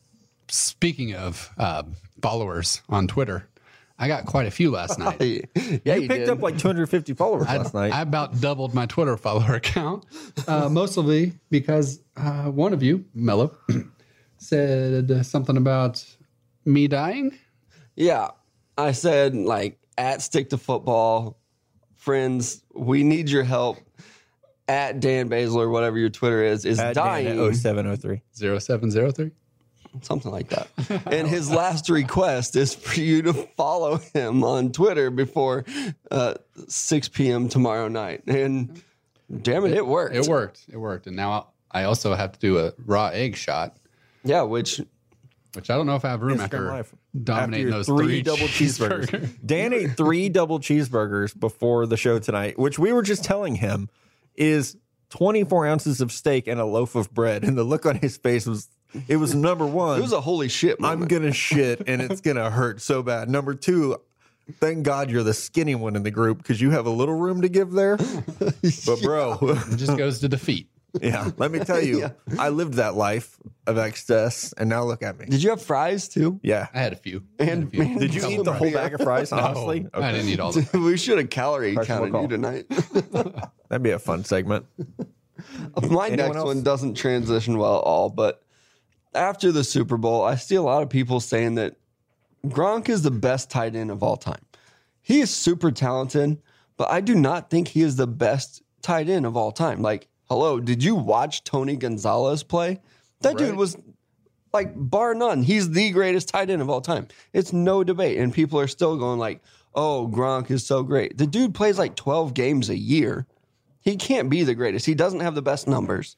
Speaker 3: Speaking of uh, followers on Twitter, I got quite a few
Speaker 1: (laughs)
Speaker 3: last night.
Speaker 2: Hey,
Speaker 1: (laughs)
Speaker 2: yeah,
Speaker 1: you picked
Speaker 2: did.
Speaker 1: up like 250 followers
Speaker 3: I-
Speaker 1: last night.
Speaker 3: I about doubled my Twitter follower account, uh, mostly because uh, one of you, Mello, (clears throat) said uh, something about me dying.
Speaker 2: Yeah. I said, like, at stick to football, friends, we need your help. At Dan Basler, whatever your Twitter is, is
Speaker 1: At oh Dan
Speaker 2: dying.
Speaker 1: at 0703.
Speaker 3: 0703.
Speaker 2: something like that. And his last request is for you to follow him on Twitter before uh, 6 p.m. tomorrow night. And damn it, it worked.
Speaker 3: It worked. It worked. And now I also have to do a raw egg shot,
Speaker 2: Yeah, which
Speaker 3: which I don't know if I have room
Speaker 1: Instagram
Speaker 3: after
Speaker 1: Live.
Speaker 3: dominating
Speaker 1: After your
Speaker 3: those
Speaker 1: three
Speaker 3: three, (laughs)
Speaker 1: double cheeseburgers.
Speaker 3: cheeseburgers.
Speaker 1: Dan ate three double cheeseburgers before the show tonight, which we were just telling him is 24 ounces of steak and a loaf of bread. And the look on his face was, it was number one.
Speaker 2: it was a holy shit moment.
Speaker 1: I'm gonna shit and it's gonna hurt so bad. Number two, thank God you're the skinny one in the group because you have a little room to give
Speaker 2: (laughs)
Speaker 1: there. But bro,
Speaker 3: It just goes to defeat.
Speaker 1: (laughs) yeah, let me tell you, I lived that life of excess, and now look at me.
Speaker 2: Did you have fries too? (laughs)
Speaker 1: Yeah,
Speaker 3: I had a few.
Speaker 2: And man,
Speaker 1: did you eat the whole bag of
Speaker 3: (laughs)
Speaker 1: fries? Honestly,
Speaker 3: Oh, I didn't
Speaker 1: (laughs)
Speaker 3: eat all the
Speaker 2: we should have calorie
Speaker 1: Questionable
Speaker 2: counted you
Speaker 1: call.
Speaker 2: tonight. (laughs)
Speaker 1: that'd be a fun segment.
Speaker 2: My
Speaker 1: Anyone
Speaker 2: next
Speaker 1: else?
Speaker 2: one doesn't transition well at all, but after the Super Bowl, I see a lot of people saying that Gronk is the best tight end of all time. He is super talented, but I do not think he is the best tight end of all time. Like, hello, did you watch Tony Gonzalez play? That dude
Speaker 3: Right.
Speaker 2: was like bar none. He's the greatest tight end of all time. It's no debate, and people are still going like, "Oh, Gronk is so great." The dude plays like 12 games a year. He can't be the greatest. He doesn't have the best numbers.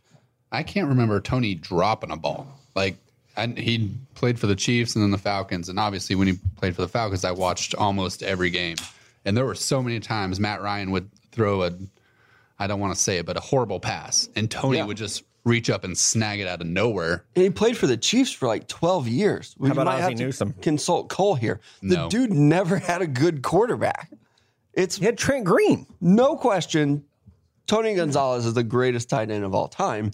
Speaker 3: I can't remember Tony dropping a ball. Like I, he played for the Chiefs and then the Falcons, and obviously when he played for the Falcons, I watched almost every game. And there were so many times Matt Ryan would throw a, I don't want to say it, but a horrible pass, and Tony
Speaker 2: Yeah.
Speaker 3: would just reach up and snag it out of nowhere.
Speaker 2: And he played for the Chiefs for like 12 years. We
Speaker 1: How about
Speaker 2: might
Speaker 1: Ozzie
Speaker 2: have to
Speaker 1: Newsome?
Speaker 2: consult Cole here. The
Speaker 3: No.
Speaker 2: dude never had a good quarterback. It's
Speaker 1: He had Trent Green.
Speaker 2: no question. Tony Gonzalez is the greatest tight end of all time.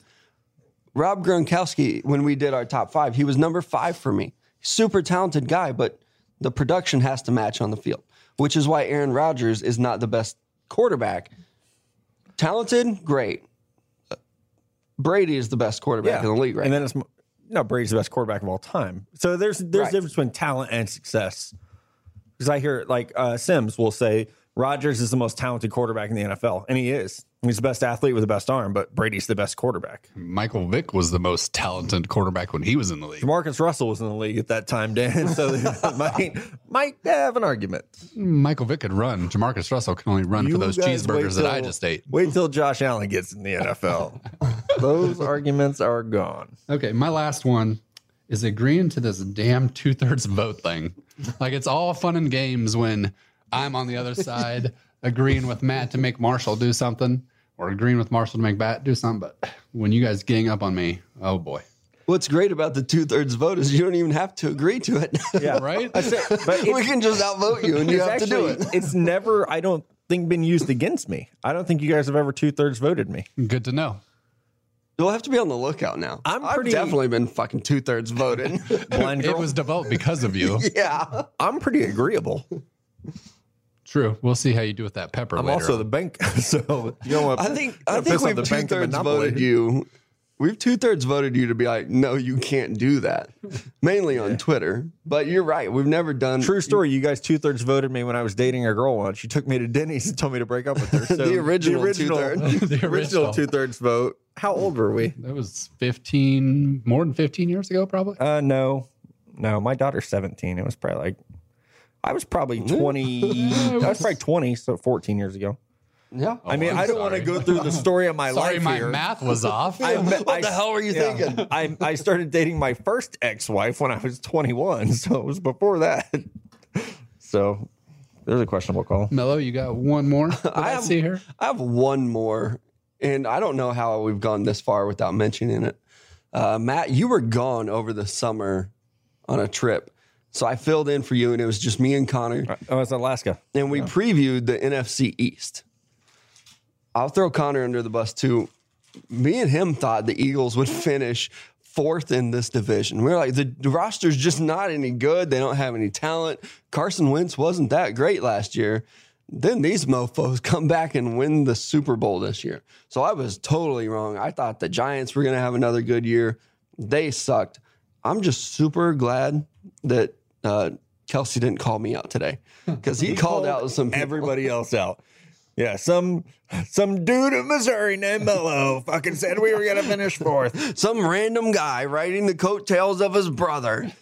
Speaker 2: Rob Gronkowski, when we did our top five, he was number five for me. Super talented guy, but the production has to match on the field, which is why Aaron Rodgers is not the best quarterback. Talented, great. Brady is the best quarterback in the league right
Speaker 1: and then it's no Brady's the best quarterback of all time. So there's there's
Speaker 2: Right.
Speaker 1: a difference between talent and success. Because I hear like uh, Sims will say Rodgers is the most talented quarterback in the NFL, and he is. He's the best athlete with the best arm, but Brady's the best quarterback.
Speaker 3: Michael Vick was the most talented quarterback when he was in the league.
Speaker 1: Marcus Russell was in the league at that time, Dan. (laughs) So they might might have an argument.
Speaker 3: Michael Vick could run. Jamarcus Russell can only run for those
Speaker 1: guys wait
Speaker 3: cheeseburgers that I
Speaker 1: till-
Speaker 3: just ate.
Speaker 1: Wait till Josh Allen gets in the
Speaker 2: (laughs)
Speaker 1: NFL. Those arguments are gone.
Speaker 3: Okay, my last one is agreeing to this damn two thirds vote thing. Like it's all fun and games when I'm on
Speaker 1: (laughs)
Speaker 3: the other side agreeing with Matt to make Marshall do something, or agreeing with Marshall to make Bat do something. But when you guys gang up on me, oh boy,
Speaker 2: What's great about the two thirds vote is you don't even have to agree to it.
Speaker 1: Yeah,
Speaker 2: (laughs)
Speaker 3: right?
Speaker 1: That's it. But
Speaker 2: we can just outvote you and you
Speaker 1: It's
Speaker 2: have to do
Speaker 1: actually-
Speaker 2: it.
Speaker 1: It's never. I don't think been used against me. I don't think you guys have ever two thirds voted me.
Speaker 3: Good to know.
Speaker 2: You'll have to be on the lookout now.
Speaker 1: I'm
Speaker 2: I've
Speaker 1: pretty-
Speaker 2: definitely been fucking two
Speaker 1: (laughs)
Speaker 2: thirds voted. (laughs)
Speaker 1: Blind
Speaker 3: It
Speaker 1: girl. (laughs)
Speaker 3: was devote because of you.
Speaker 2: yeah.
Speaker 1: I'm pretty agreeable.
Speaker 3: True. We'll see how you do with that pepper.
Speaker 1: I'm
Speaker 3: later
Speaker 1: also
Speaker 3: (laughs) on.
Speaker 1: the bank, (laughs) so you don't want.
Speaker 2: I think
Speaker 1: Gotta
Speaker 2: I think
Speaker 1: piss off
Speaker 2: we've
Speaker 1: the
Speaker 2: two
Speaker 1: bank and
Speaker 2: thirds
Speaker 1: Monopoly.
Speaker 2: voted you. We've two thirds voted you to be like, no, you can't do
Speaker 1: (laughs)
Speaker 2: that. Mainly on Twitter, but you're right. We've never done
Speaker 1: True story. You guys two thirds voted me when I was dating a girl once. She took me to Denny's and told me to break up with
Speaker 2: (laughs)
Speaker 1: her. So
Speaker 2: The original
Speaker 1: (laughs)
Speaker 2: two-thirds.
Speaker 1: the
Speaker 3: The
Speaker 1: original
Speaker 3: original.
Speaker 1: two thirds vote. How old were we?
Speaker 3: That was 15, more than 15 years ago, probably.
Speaker 1: Uh, no, no. My daughter's 17. It was probably like, I was
Speaker 2: (laughs)
Speaker 1: probably 20. I was probably 20, so 14 years ago.
Speaker 2: Yeah.
Speaker 1: I mean,
Speaker 3: I'm
Speaker 1: I don't want to
Speaker 3: sorry.
Speaker 1: go through the story of my
Speaker 3: Sorry,
Speaker 1: life
Speaker 3: my
Speaker 1: here.
Speaker 3: math was
Speaker 1: (laughs)
Speaker 3: off.
Speaker 1: I met-
Speaker 2: (laughs) What the hell were you thinking?
Speaker 1: (laughs) I, I started dating my first ex wife when I was 21, (laughs) so it was before that. (laughs) So there's a questionable call.
Speaker 3: Mello, you got
Speaker 1: (laughs)
Speaker 3: one more? Did
Speaker 2: I
Speaker 3: I,
Speaker 2: have-
Speaker 3: see her.
Speaker 2: I have one more, and I don't know how we've gone this far without mentioning it. Uh, Matt, you were gone over the summer on a trip. So I filled in for you, and it was just me and Connor,
Speaker 1: Oh, it's Alaska.
Speaker 2: and we previewed the NFC East. I'll throw Connor under the bus too. Me and him thought the Eagles would finish fourth in this division. We were like, the the roster's just not any good. They don't have any talent. Carson Wentz wasn't that great last year. Then these mofos (laughs) come back and win the Super Bowl this year. So I was totally wrong. I thought the Giants were going to have another good year. They sucked. I'm just super glad that uh, Kelsey didn't call me out today because he, called, out some people.
Speaker 1: Everybody else out. Yeah, some some dude in Missouri named Mello fucking said we were gonna finish fourth.
Speaker 2: some random guy riding the coattails of his brother.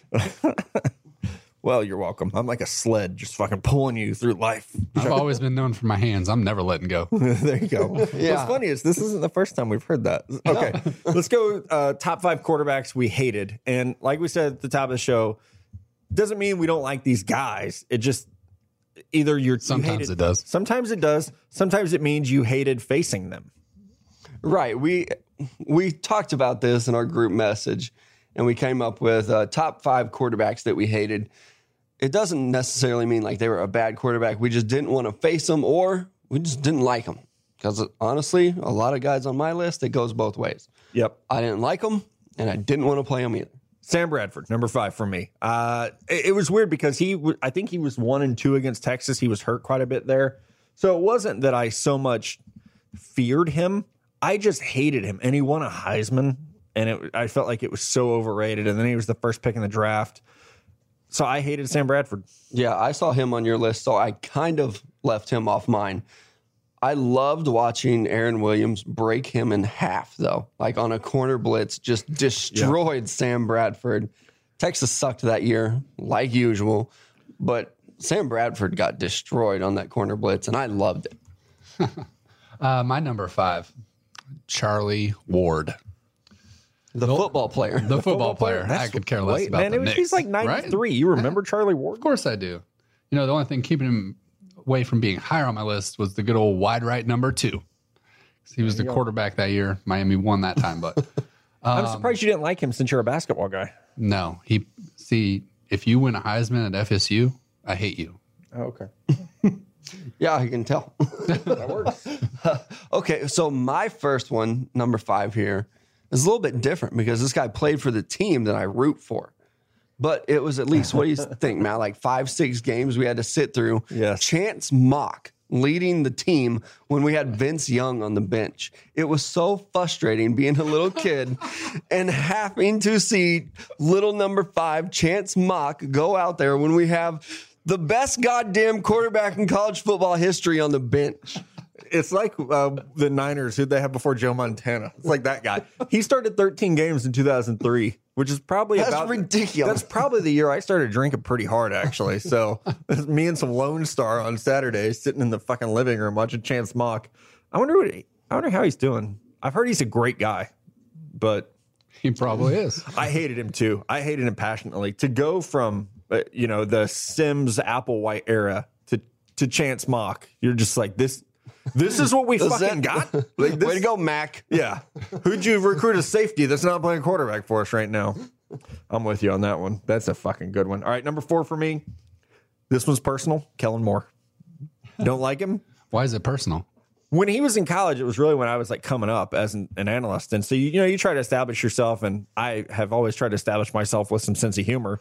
Speaker 1: Well, you're welcome. I'm like a sled, just fucking pulling you through
Speaker 3: (laughs)
Speaker 1: life. (laughs)
Speaker 3: I've always been known for my hands. I'm never letting go.
Speaker 1: there you go. What's
Speaker 2: Yeah.
Speaker 1: funny is this isn't the first time we've heard that. Okay, let's go. Uh, top five quarterbacks we hated, and like we said at the top of the show, doesn't mean we don't like these guys. It just either you're you
Speaker 3: Sometimes
Speaker 1: hated-
Speaker 3: it does.
Speaker 1: Sometimes it does. Sometimes it means you hated facing them.
Speaker 2: Right. We we talked about this in our group message, and we came up with uh, top five quarterbacks that we hated. It doesn't necessarily mean like they were a bad quarterback. We just didn't want to face them, or we just didn't like them. Because honestly, a lot of guys on my list, it goes both ways.
Speaker 1: Yep.
Speaker 2: I didn't like them, and I didn't want to play them either.
Speaker 1: Sam Bradford, number five for me. Uh, it, it was weird because he, w- I think he was one and two against Texas. He was hurt quite a bit there, so it wasn't that I so much feared him. I just hated him, and he won a Heisman, and it, I felt like it was so overrated. And then he was the first pick in the draft, so I hated Sam Bradford.
Speaker 2: Yeah, I saw him on your list, so I kind of left him off mine. I loved watching Aaron Williams break him in half, though, like on a corner blitz, just destroyed Sam Bradford. Texas sucked that year, like usual, but Sam Bradford got destroyed on that corner blitz, and I loved it.
Speaker 3: Uh, my number five, Charlie Ward,
Speaker 2: The football player.
Speaker 3: the football player. I could care less
Speaker 1: Wait,
Speaker 3: about
Speaker 1: man,
Speaker 3: the
Speaker 1: it was,
Speaker 3: Knicks,
Speaker 1: he's like
Speaker 3: right? Um,
Speaker 1: ninety three. You remember Charlie Ward?
Speaker 3: Of course I do. You know, the only thing keeping him away from being higher on my list was the good old wide right number two. He was the quarterback that year. Miami won that time,
Speaker 1: (laughs)
Speaker 3: but
Speaker 1: I'm surprised you didn't like him since you're a basketball guy.
Speaker 3: no, he see if you win a Heisman at FSU, I hate you.
Speaker 1: Oh, okay,
Speaker 2: yeah, I can tell.
Speaker 1: that works.
Speaker 2: Okay, so my first one, number five here, is a little bit different because this guy played for the team that I root for. But it was at
Speaker 1: (laughs)
Speaker 2: least what do you think, Matt? Like five, six games we had to sit through.
Speaker 1: Yes.
Speaker 2: Chance Mock leading the team when we had Vince Young on the bench. It was so frustrating being a
Speaker 1: (laughs)
Speaker 2: little kid and having to see little number five, Chance Mock, go out there when we have the best goddamn quarterback in college football history on the bench.
Speaker 1: It's like uh, the Niners who they had before Joe Montana. It's like that guy. He started 13 games in 2003, which is probably
Speaker 2: That's
Speaker 1: about,
Speaker 2: ridiculous.
Speaker 1: That's probably the year I started drinking pretty hard, actually. So (laughs) it's me and some Lone Star on Saturday sitting in the fucking living room watching Chance Mock. I wonder what he, I wonder how he's doing. I've heard he's a great guy, but
Speaker 3: He probably is.
Speaker 1: I hated him too. I hated him passionately. To go from uh, you know the Sims Applewhite era to to Chance Mock, you're just like this. This (laughs) is what we fucking
Speaker 2: it?
Speaker 1: got. Like this,
Speaker 2: Way to go, Mac.
Speaker 1: Yeah, who'd you recruit as safety that's not playing quarterback for us right now? I'm with you on that one. That's a fucking good one. All right, number four for me. This one's personal. Kellen Moore. Don't like him.
Speaker 3: Why is it personal?
Speaker 1: when he was in college, it was really when I was like coming up as an, an analyst. And so, you, you know, you try to establish yourself. And I have always tried to establish myself with some sense of humor.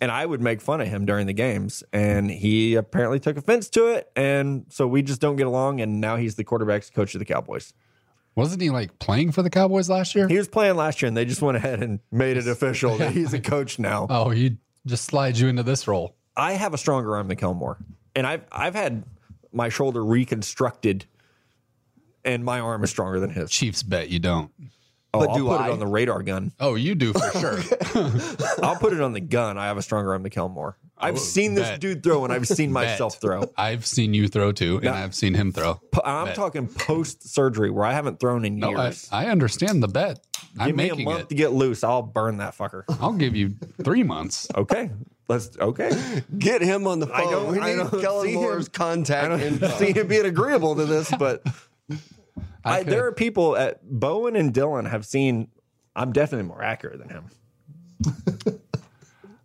Speaker 1: And I would make fun of him during the games. And he apparently took offense to it. And so we just don't get along. And now he's the quarterback's coach of the Cowboys.
Speaker 3: Wasn't he like playing for the Cowboys last year?
Speaker 1: He was playing last year and they just went ahead and made it official that he's a coach
Speaker 2: (laughs)
Speaker 1: now.
Speaker 3: oh, he just slides you into this role.
Speaker 1: I have a stronger arm than Kilmore, and I've I've had my shoulder reconstructed, and my arm is stronger than his.
Speaker 3: Chiefs bet you don't.
Speaker 1: Oh,
Speaker 2: But
Speaker 1: I'll
Speaker 2: do
Speaker 1: put
Speaker 2: I?
Speaker 1: it on the radar gun.
Speaker 3: Oh, you
Speaker 1: (laughs)
Speaker 3: do for sure.
Speaker 1: I'll put it on the gun. I have a stronger arm than Kilmore. I've seen this
Speaker 3: Oh, (laughs) bet.
Speaker 1: dude throw, and I've seen myself throw.
Speaker 3: I've seen you throw too, and I've seen him throw.
Speaker 1: P- I'm talking post surgery where I haven't thrown in
Speaker 3: No, I,
Speaker 1: years.
Speaker 3: I understand the bet. I'm
Speaker 1: Give me a
Speaker 3: making
Speaker 1: month
Speaker 3: it.
Speaker 1: to get loose. I'll burn that fucker.
Speaker 3: I'll give you three months.
Speaker 1: Okay, let's. Okay,
Speaker 2: Get him on the phone.
Speaker 1: don't-
Speaker 2: we need
Speaker 1: I don't
Speaker 2: Kellen
Speaker 1: see him.
Speaker 2: Moore's contact.
Speaker 3: (laughs)
Speaker 1: don't
Speaker 2: info.
Speaker 1: see him being agreeable to this, but I
Speaker 3: could-
Speaker 1: there are people at Bowen and Dylan have seen. I'm definitely more accurate than him.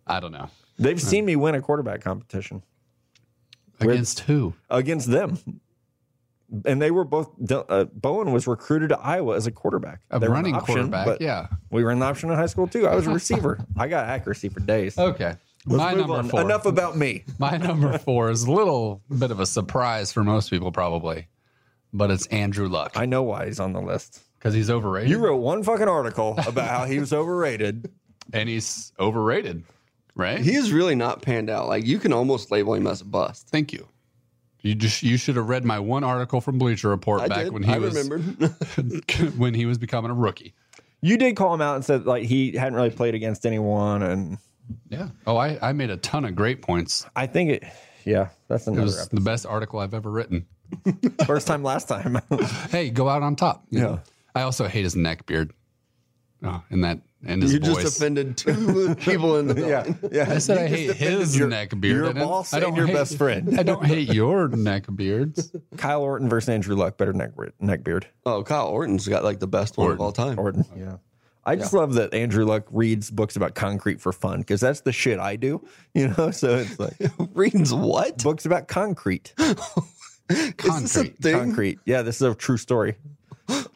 Speaker 3: I don't know
Speaker 1: They've seen me win a quarterback competition
Speaker 3: against who.
Speaker 1: against them. And they were both, uh, Bowen was recruited to Iowa as a quarterback.
Speaker 3: A
Speaker 1: They were an
Speaker 3: running
Speaker 1: option,
Speaker 3: quarterback.
Speaker 1: but
Speaker 3: Yeah.
Speaker 1: We were in the option in high school too. I was a
Speaker 3: (laughs)
Speaker 1: receiver. I got accuracy for days.
Speaker 3: Okay.
Speaker 1: Let's
Speaker 3: my
Speaker 1: move
Speaker 3: number
Speaker 1: on.
Speaker 3: four.
Speaker 1: Enough about me.
Speaker 3: My number four is a little bit of a surprise for most people, probably, but it's Andrew Luck
Speaker 1: I know why he's on the list.
Speaker 3: because he's overrated.
Speaker 1: You wrote one fucking article about how he was overrated.
Speaker 3: and he's overrated, right?
Speaker 2: He's really not panned out. Like you can almost label him as a bust.
Speaker 3: Thank you. You just you should have read my one article from Bleacher Report
Speaker 2: I
Speaker 3: back
Speaker 2: did.
Speaker 3: when he
Speaker 2: I
Speaker 3: was
Speaker 2: remembered.
Speaker 3: (laughs) when he was becoming a rookie.
Speaker 1: You did call him out and said like he hadn't really played against anyone, and
Speaker 3: Yeah. Oh, I, I made a ton of great points.
Speaker 1: I think it. Yeah, that's
Speaker 3: It
Speaker 1: another
Speaker 3: was the best article I've ever written.
Speaker 1: episode. first time, last time. (laughs)
Speaker 3: Hey, go out on top. you know? I also hate his neck beard. Oh, and that and
Speaker 2: (laughs)
Speaker 3: his
Speaker 2: you
Speaker 3: voice.
Speaker 2: just offended two (laughs) people in the building.
Speaker 1: (laughs) yeah, yeah.
Speaker 3: (laughs) I said I
Speaker 1: just
Speaker 3: hate
Speaker 1: defended
Speaker 3: his
Speaker 1: your-
Speaker 3: neck beard.
Speaker 1: your
Speaker 3: I didn't-
Speaker 1: boss
Speaker 3: I
Speaker 1: and your
Speaker 3: hate-
Speaker 1: best friend.
Speaker 3: I don't
Speaker 1: (laughs)
Speaker 3: hate your neck beards.
Speaker 1: Kyle Orton versus Andrew Luck, better neck beard, neck beard.
Speaker 2: Oh, Kyle Orton's got like the best one of all time.
Speaker 1: Orton. Yeah. I just love that Andrew Luck reads books about concrete for fun because that's the shit I do, you know. (laughs) So it's
Speaker 2: (laughs)
Speaker 1: like
Speaker 2: Reads what?
Speaker 1: books about concrete,
Speaker 2: Is this a
Speaker 3: Concrete.
Speaker 2: thing?
Speaker 1: concrete. Yeah, this is a true story,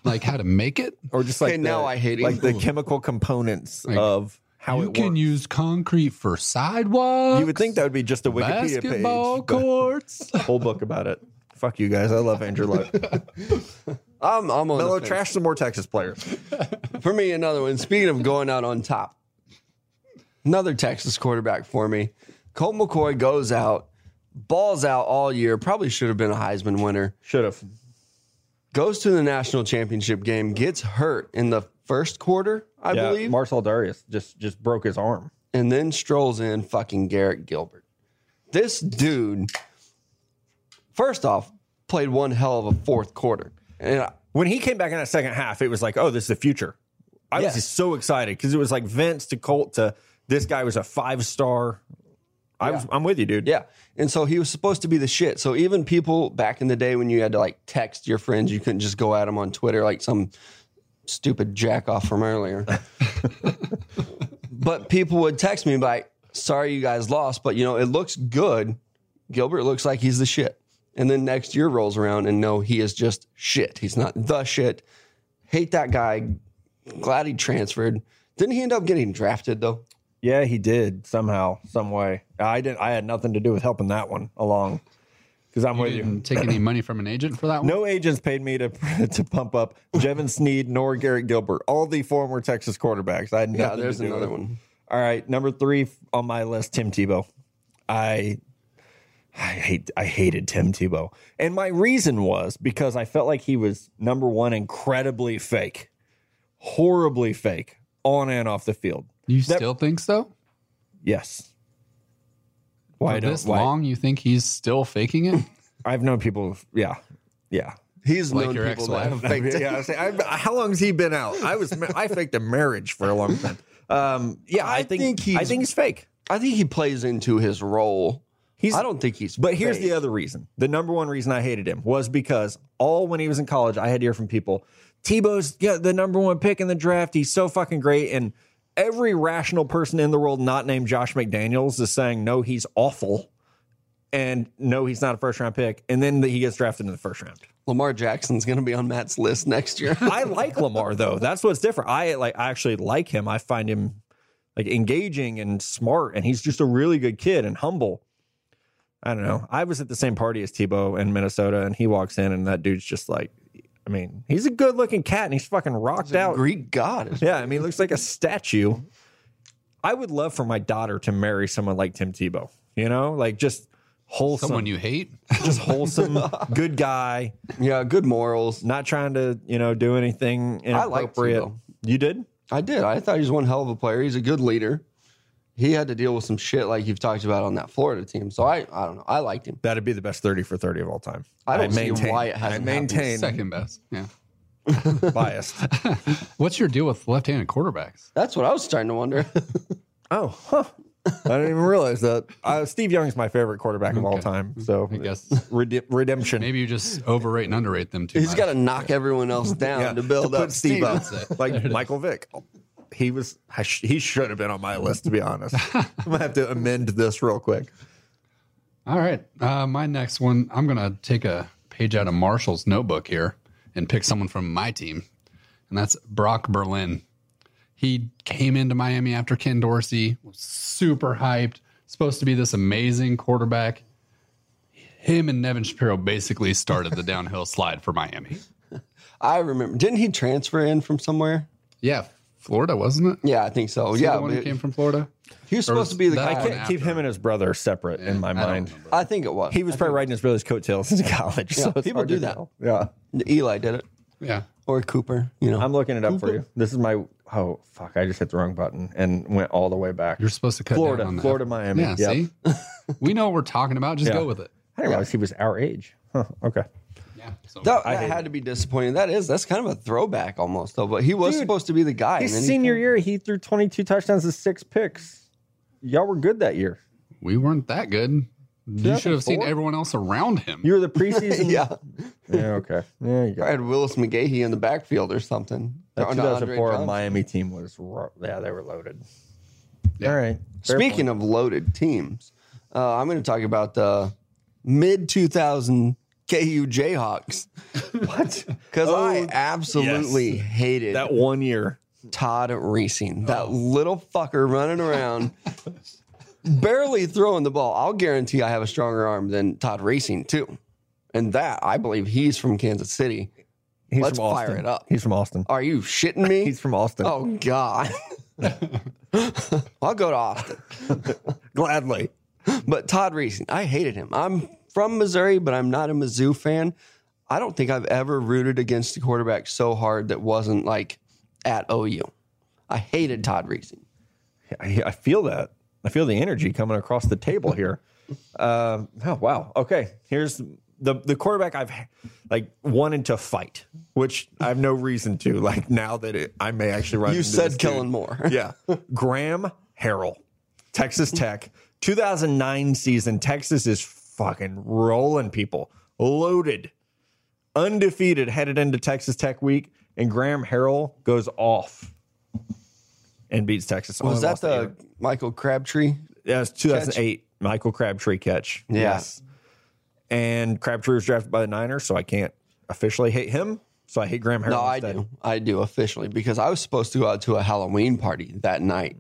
Speaker 3: Like how to make it?
Speaker 1: or just like
Speaker 2: Okay, now
Speaker 1: the-
Speaker 2: I hate him.
Speaker 1: like the chemical components of how
Speaker 3: you
Speaker 1: it
Speaker 3: can
Speaker 1: works.
Speaker 3: use concrete for sidewalks.
Speaker 1: you would think that would be just a Wikipedia
Speaker 3: basketball
Speaker 1: page, but (laughs)
Speaker 3: courts.
Speaker 1: whole book about it. Fuck you guys, I love Andrew
Speaker 2: (laughs)
Speaker 1: Luck.
Speaker 2: I'm, I'm on the
Speaker 1: Mellow
Speaker 2: fence.
Speaker 1: trash some more Texas players.
Speaker 2: For me, another one. Speaking of going out on top, another Texas quarterback for me. Colt McCoy goes out, balls out all year. Probably should have been a Heisman winner.
Speaker 1: Should have.
Speaker 2: Goes to the national championship game, gets hurt in the first quarter, I
Speaker 1: Yeah,
Speaker 2: believe,
Speaker 1: Marcel Darius just just broke his arm.
Speaker 2: and then strolls in fucking Garrett Gilbert. This dude, first off, played one hell of a fourth quarter. And I,
Speaker 1: when he came back in that second half, it was like, oh, this is the future. I
Speaker 2: Yes.
Speaker 1: was just so excited because it was like Vince to Colt to this guy was a five star. I was, I'm with you, dude.
Speaker 2: Yeah. And so he was supposed to be the shit. So even people back in the day when you had to like text your friends, you couldn't just go at them on Twitter like some stupid jack off
Speaker 1: (laughs)
Speaker 2: from earlier. but people would text me like, sorry you guys lost, but you know, it looks good. Gilbert looks like he's the shit. And then next year rolls around and no, he is just shit. He's not the shit. Hate that guy. Glad he transferred. Didn't he end up getting drafted though?
Speaker 1: Yeah, he did somehow, some way. I didn't. I had nothing to do with helping that one along because I'm with you.
Speaker 2: Mm-hmm.
Speaker 3: Didn't take any money from an agent for that one.
Speaker 1: No agents paid me to (laughs) to pump up Jevin Sneed nor Garrett Gilbert, all the former Texas quarterbacks. I had
Speaker 2: Yeah,
Speaker 1: nothing to
Speaker 2: there's
Speaker 1: do
Speaker 2: another
Speaker 1: with it.
Speaker 2: one.
Speaker 1: All right, number three on my list, Tim Tebow. I I hate I hated Tim Tebow. And my reason was because I felt like he was number one, incredibly fake. Horribly fake on and off the field.
Speaker 3: You still think so?
Speaker 1: Yes. Why
Speaker 3: For
Speaker 1: don't
Speaker 3: this
Speaker 1: why-
Speaker 3: long, you think he's still faking it?
Speaker 1: I've known people yeah. (laughs) Yeah.
Speaker 2: He's
Speaker 3: Like
Speaker 2: known
Speaker 3: your
Speaker 2: people that have
Speaker 3: ex-wife.
Speaker 2: faked
Speaker 1: (laughs)
Speaker 2: it.
Speaker 1: Yeah, I was saying, I've- how long has he been out? I was I faked a marriage for a long time. Um, yeah, I,
Speaker 2: I
Speaker 1: think,
Speaker 2: think he's-
Speaker 1: I think he's fake.
Speaker 2: I think he plays into his role.
Speaker 1: He's
Speaker 2: I don't think he's.
Speaker 1: But here's the other reason. The number one reason I hated him was because all when he was in college, I had to hear from people, Tebow's yeah, the number one pick in the draft. He's so fucking great. And every rational person in the world not named Josh McDaniels is saying, no, he's awful. and no, he's not a first round pick. And then he gets drafted in the first round.
Speaker 2: Lamar Jackson's going to be on Matt's list next (laughs) year.
Speaker 1: I like Lamar though. That's what's different. I like I actually like him. I find him like engaging and smart, and he's just a really good kid and humble. I don't know. I was at the same party as Tebow in Minnesota, and he walks in, and that dude's just like, I mean, he's a good looking cat, and he's fucking rocked out.
Speaker 2: Greek god.
Speaker 1: Yeah, I mean, he looks like a statue. I would love for my daughter to marry someone like Tim Tebow. You know, like just wholesome,
Speaker 3: Someone you (laughs) hate?
Speaker 1: just wholesome, good guy,
Speaker 2: Yeah, good morals.
Speaker 1: not trying to you know do anything
Speaker 2: I liked
Speaker 1: inappropriate.
Speaker 2: Tebow.
Speaker 1: you did.
Speaker 2: I did. I thought he was one hell of a player. He's a good leader. He had to deal with some shit like you've talked about on that Florida team. So I, I don't know. I liked him.
Speaker 1: That'd be the best 30 for 30 of all time.
Speaker 2: I don't see why it hasn't
Speaker 1: I
Speaker 2: happened.
Speaker 1: maintain
Speaker 3: Second best. Yeah.
Speaker 1: biased.
Speaker 2: (laughs)
Speaker 3: What's your deal with left handed quarterbacks?
Speaker 2: That's what I was starting to wonder. (laughs)
Speaker 1: Oh, huh. I didn't even realize that. Uh, Steve Young's my favorite quarterback of all
Speaker 3: Okay.
Speaker 1: time. So
Speaker 3: I guess
Speaker 1: rede- redemption.
Speaker 3: maybe you (laughs) just overrate and underrate them too.
Speaker 2: He's
Speaker 3: much.
Speaker 2: got to knock everyone (laughs) else down
Speaker 1: Yeah,
Speaker 2: to build
Speaker 1: put
Speaker 2: up Steve.
Speaker 1: up.
Speaker 3: That's it.
Speaker 1: like Michael Vick. He was. I sh- he should have been on my list to be honest. I'm gonna have to amend this real quick.
Speaker 3: All right. Uh, my next one, I'm going to take a page out of Marshall's notebook here and pick someone from my team, and that's Brock Berlin. He came into Miami after Ken Dorsey, was super hyped, supposed to be this amazing quarterback. Him and Nevin Shapiro basically started (laughs) the downhill slide for Miami.
Speaker 2: I remember. Didn't he transfer in from somewhere?
Speaker 3: Yeah, Florida, wasn't it?
Speaker 2: Yeah, I think so.
Speaker 3: Yeah,
Speaker 2: yeah,
Speaker 3: the one who
Speaker 2: but
Speaker 3: came from Florida.
Speaker 2: he was supposed to be the
Speaker 3: that-
Speaker 1: I
Speaker 2: guy.
Speaker 1: can't
Speaker 3: after.
Speaker 1: keep him and his brother separate in my
Speaker 3: I don't
Speaker 1: mind.
Speaker 3: remember.
Speaker 2: I think it was.
Speaker 1: He was probably riding his brother's coattails in college. so it's
Speaker 2: people
Speaker 1: hard to
Speaker 2: do that.
Speaker 1: tell. Yeah.
Speaker 2: Eli did it,
Speaker 3: Yeah,
Speaker 2: or Cooper. You know,
Speaker 1: I'm looking it up for you. This is my oh fuck! I just hit the wrong button and went all the way back.
Speaker 3: you're supposed to cut down
Speaker 1: Florida,
Speaker 3: on that.
Speaker 1: Florida, Miami.
Speaker 3: Yeah,
Speaker 1: (laughs) Yep.
Speaker 3: see, we know what we're talking about. Just
Speaker 1: Yeah.
Speaker 3: go with it.
Speaker 1: I didn't realize he was our age. Huh, okay.
Speaker 3: Yeah. So
Speaker 2: that, that had to be disappointing. That is. That's kind of a throwback almost, though. But he was supposed to be the guy.
Speaker 1: His
Speaker 2: and then he
Speaker 1: senior year, he threw 22 touchdowns and six picks. Y'all were good that year.
Speaker 3: we weren't that good. You should have seen
Speaker 1: 2004?
Speaker 3: everyone else around him.
Speaker 1: You were the preseason. (laughs)
Speaker 2: (laughs) yeah.
Speaker 1: Yeah, Okay. There you go.
Speaker 2: I had Willis McGahee in the backfield or something.
Speaker 1: That
Speaker 2: Or no, Andre
Speaker 1: 2004
Speaker 2: Johnson.
Speaker 1: Miami team was ro- yeah they were loaded.
Speaker 3: Yeah.
Speaker 1: All right. Fair
Speaker 2: Speaking of loaded teams, uh, I'm going to talk about the mid 2000 KU
Speaker 1: (laughs)
Speaker 2: Jayhawks (laughs)
Speaker 1: point.
Speaker 2: because
Speaker 1: Oh,
Speaker 2: I absolutely hated
Speaker 1: that one year.
Speaker 2: Todd Reesing, that
Speaker 1: Oh.
Speaker 2: little fucker
Speaker 1: (laughs)
Speaker 2: running around, barely throwing the ball. I'll guarantee I have a stronger arm than Todd Reesing, too. And that, I believe he's from Kansas City.
Speaker 1: He's
Speaker 2: Let's
Speaker 1: from Austin.
Speaker 2: fire it up.
Speaker 1: He's from Austin.
Speaker 2: Are you shitting me?
Speaker 1: He's from Austin.
Speaker 2: oh, God.
Speaker 1: (laughs)
Speaker 2: I'll go to Austin.
Speaker 1: gladly.
Speaker 2: But Todd Reese, I hated him. I'm from Missouri, but I'm not a Mizzou fan. I don't think I've ever rooted against a quarterback so hard that wasn't like at OU. I hated Todd Reese.
Speaker 1: I, I feel that. I feel the energy coming across the table
Speaker 2: (laughs)
Speaker 1: here. Um, oh wow. Okay. Here's the the quarterback I've like wanted to fight, which I have no reason to. Like now that it, I may actually run.
Speaker 2: You
Speaker 1: into this
Speaker 2: said
Speaker 1: dude.
Speaker 2: Kellen Moore.
Speaker 1: Yeah. Graham Harrell, Texas Tech, 2009 season. Texas is fucking rolling people, loaded, undefeated, headed into Texas Tech week, and Graham Harrell goes off and beats Texas.
Speaker 2: (laughs)
Speaker 1: Only
Speaker 2: Was that
Speaker 1: lost
Speaker 2: the Michael Crabtree?
Speaker 1: yeah, it's 2008 Michael Crabtree catch.
Speaker 2: Yeah.
Speaker 1: And Crabtree was drafted by the Niners, so I can't officially hate him. So I hate Graham Harrell.
Speaker 2: No, I
Speaker 1: instead.
Speaker 2: do. I do officially because I was supposed to go out to a Halloween party that night.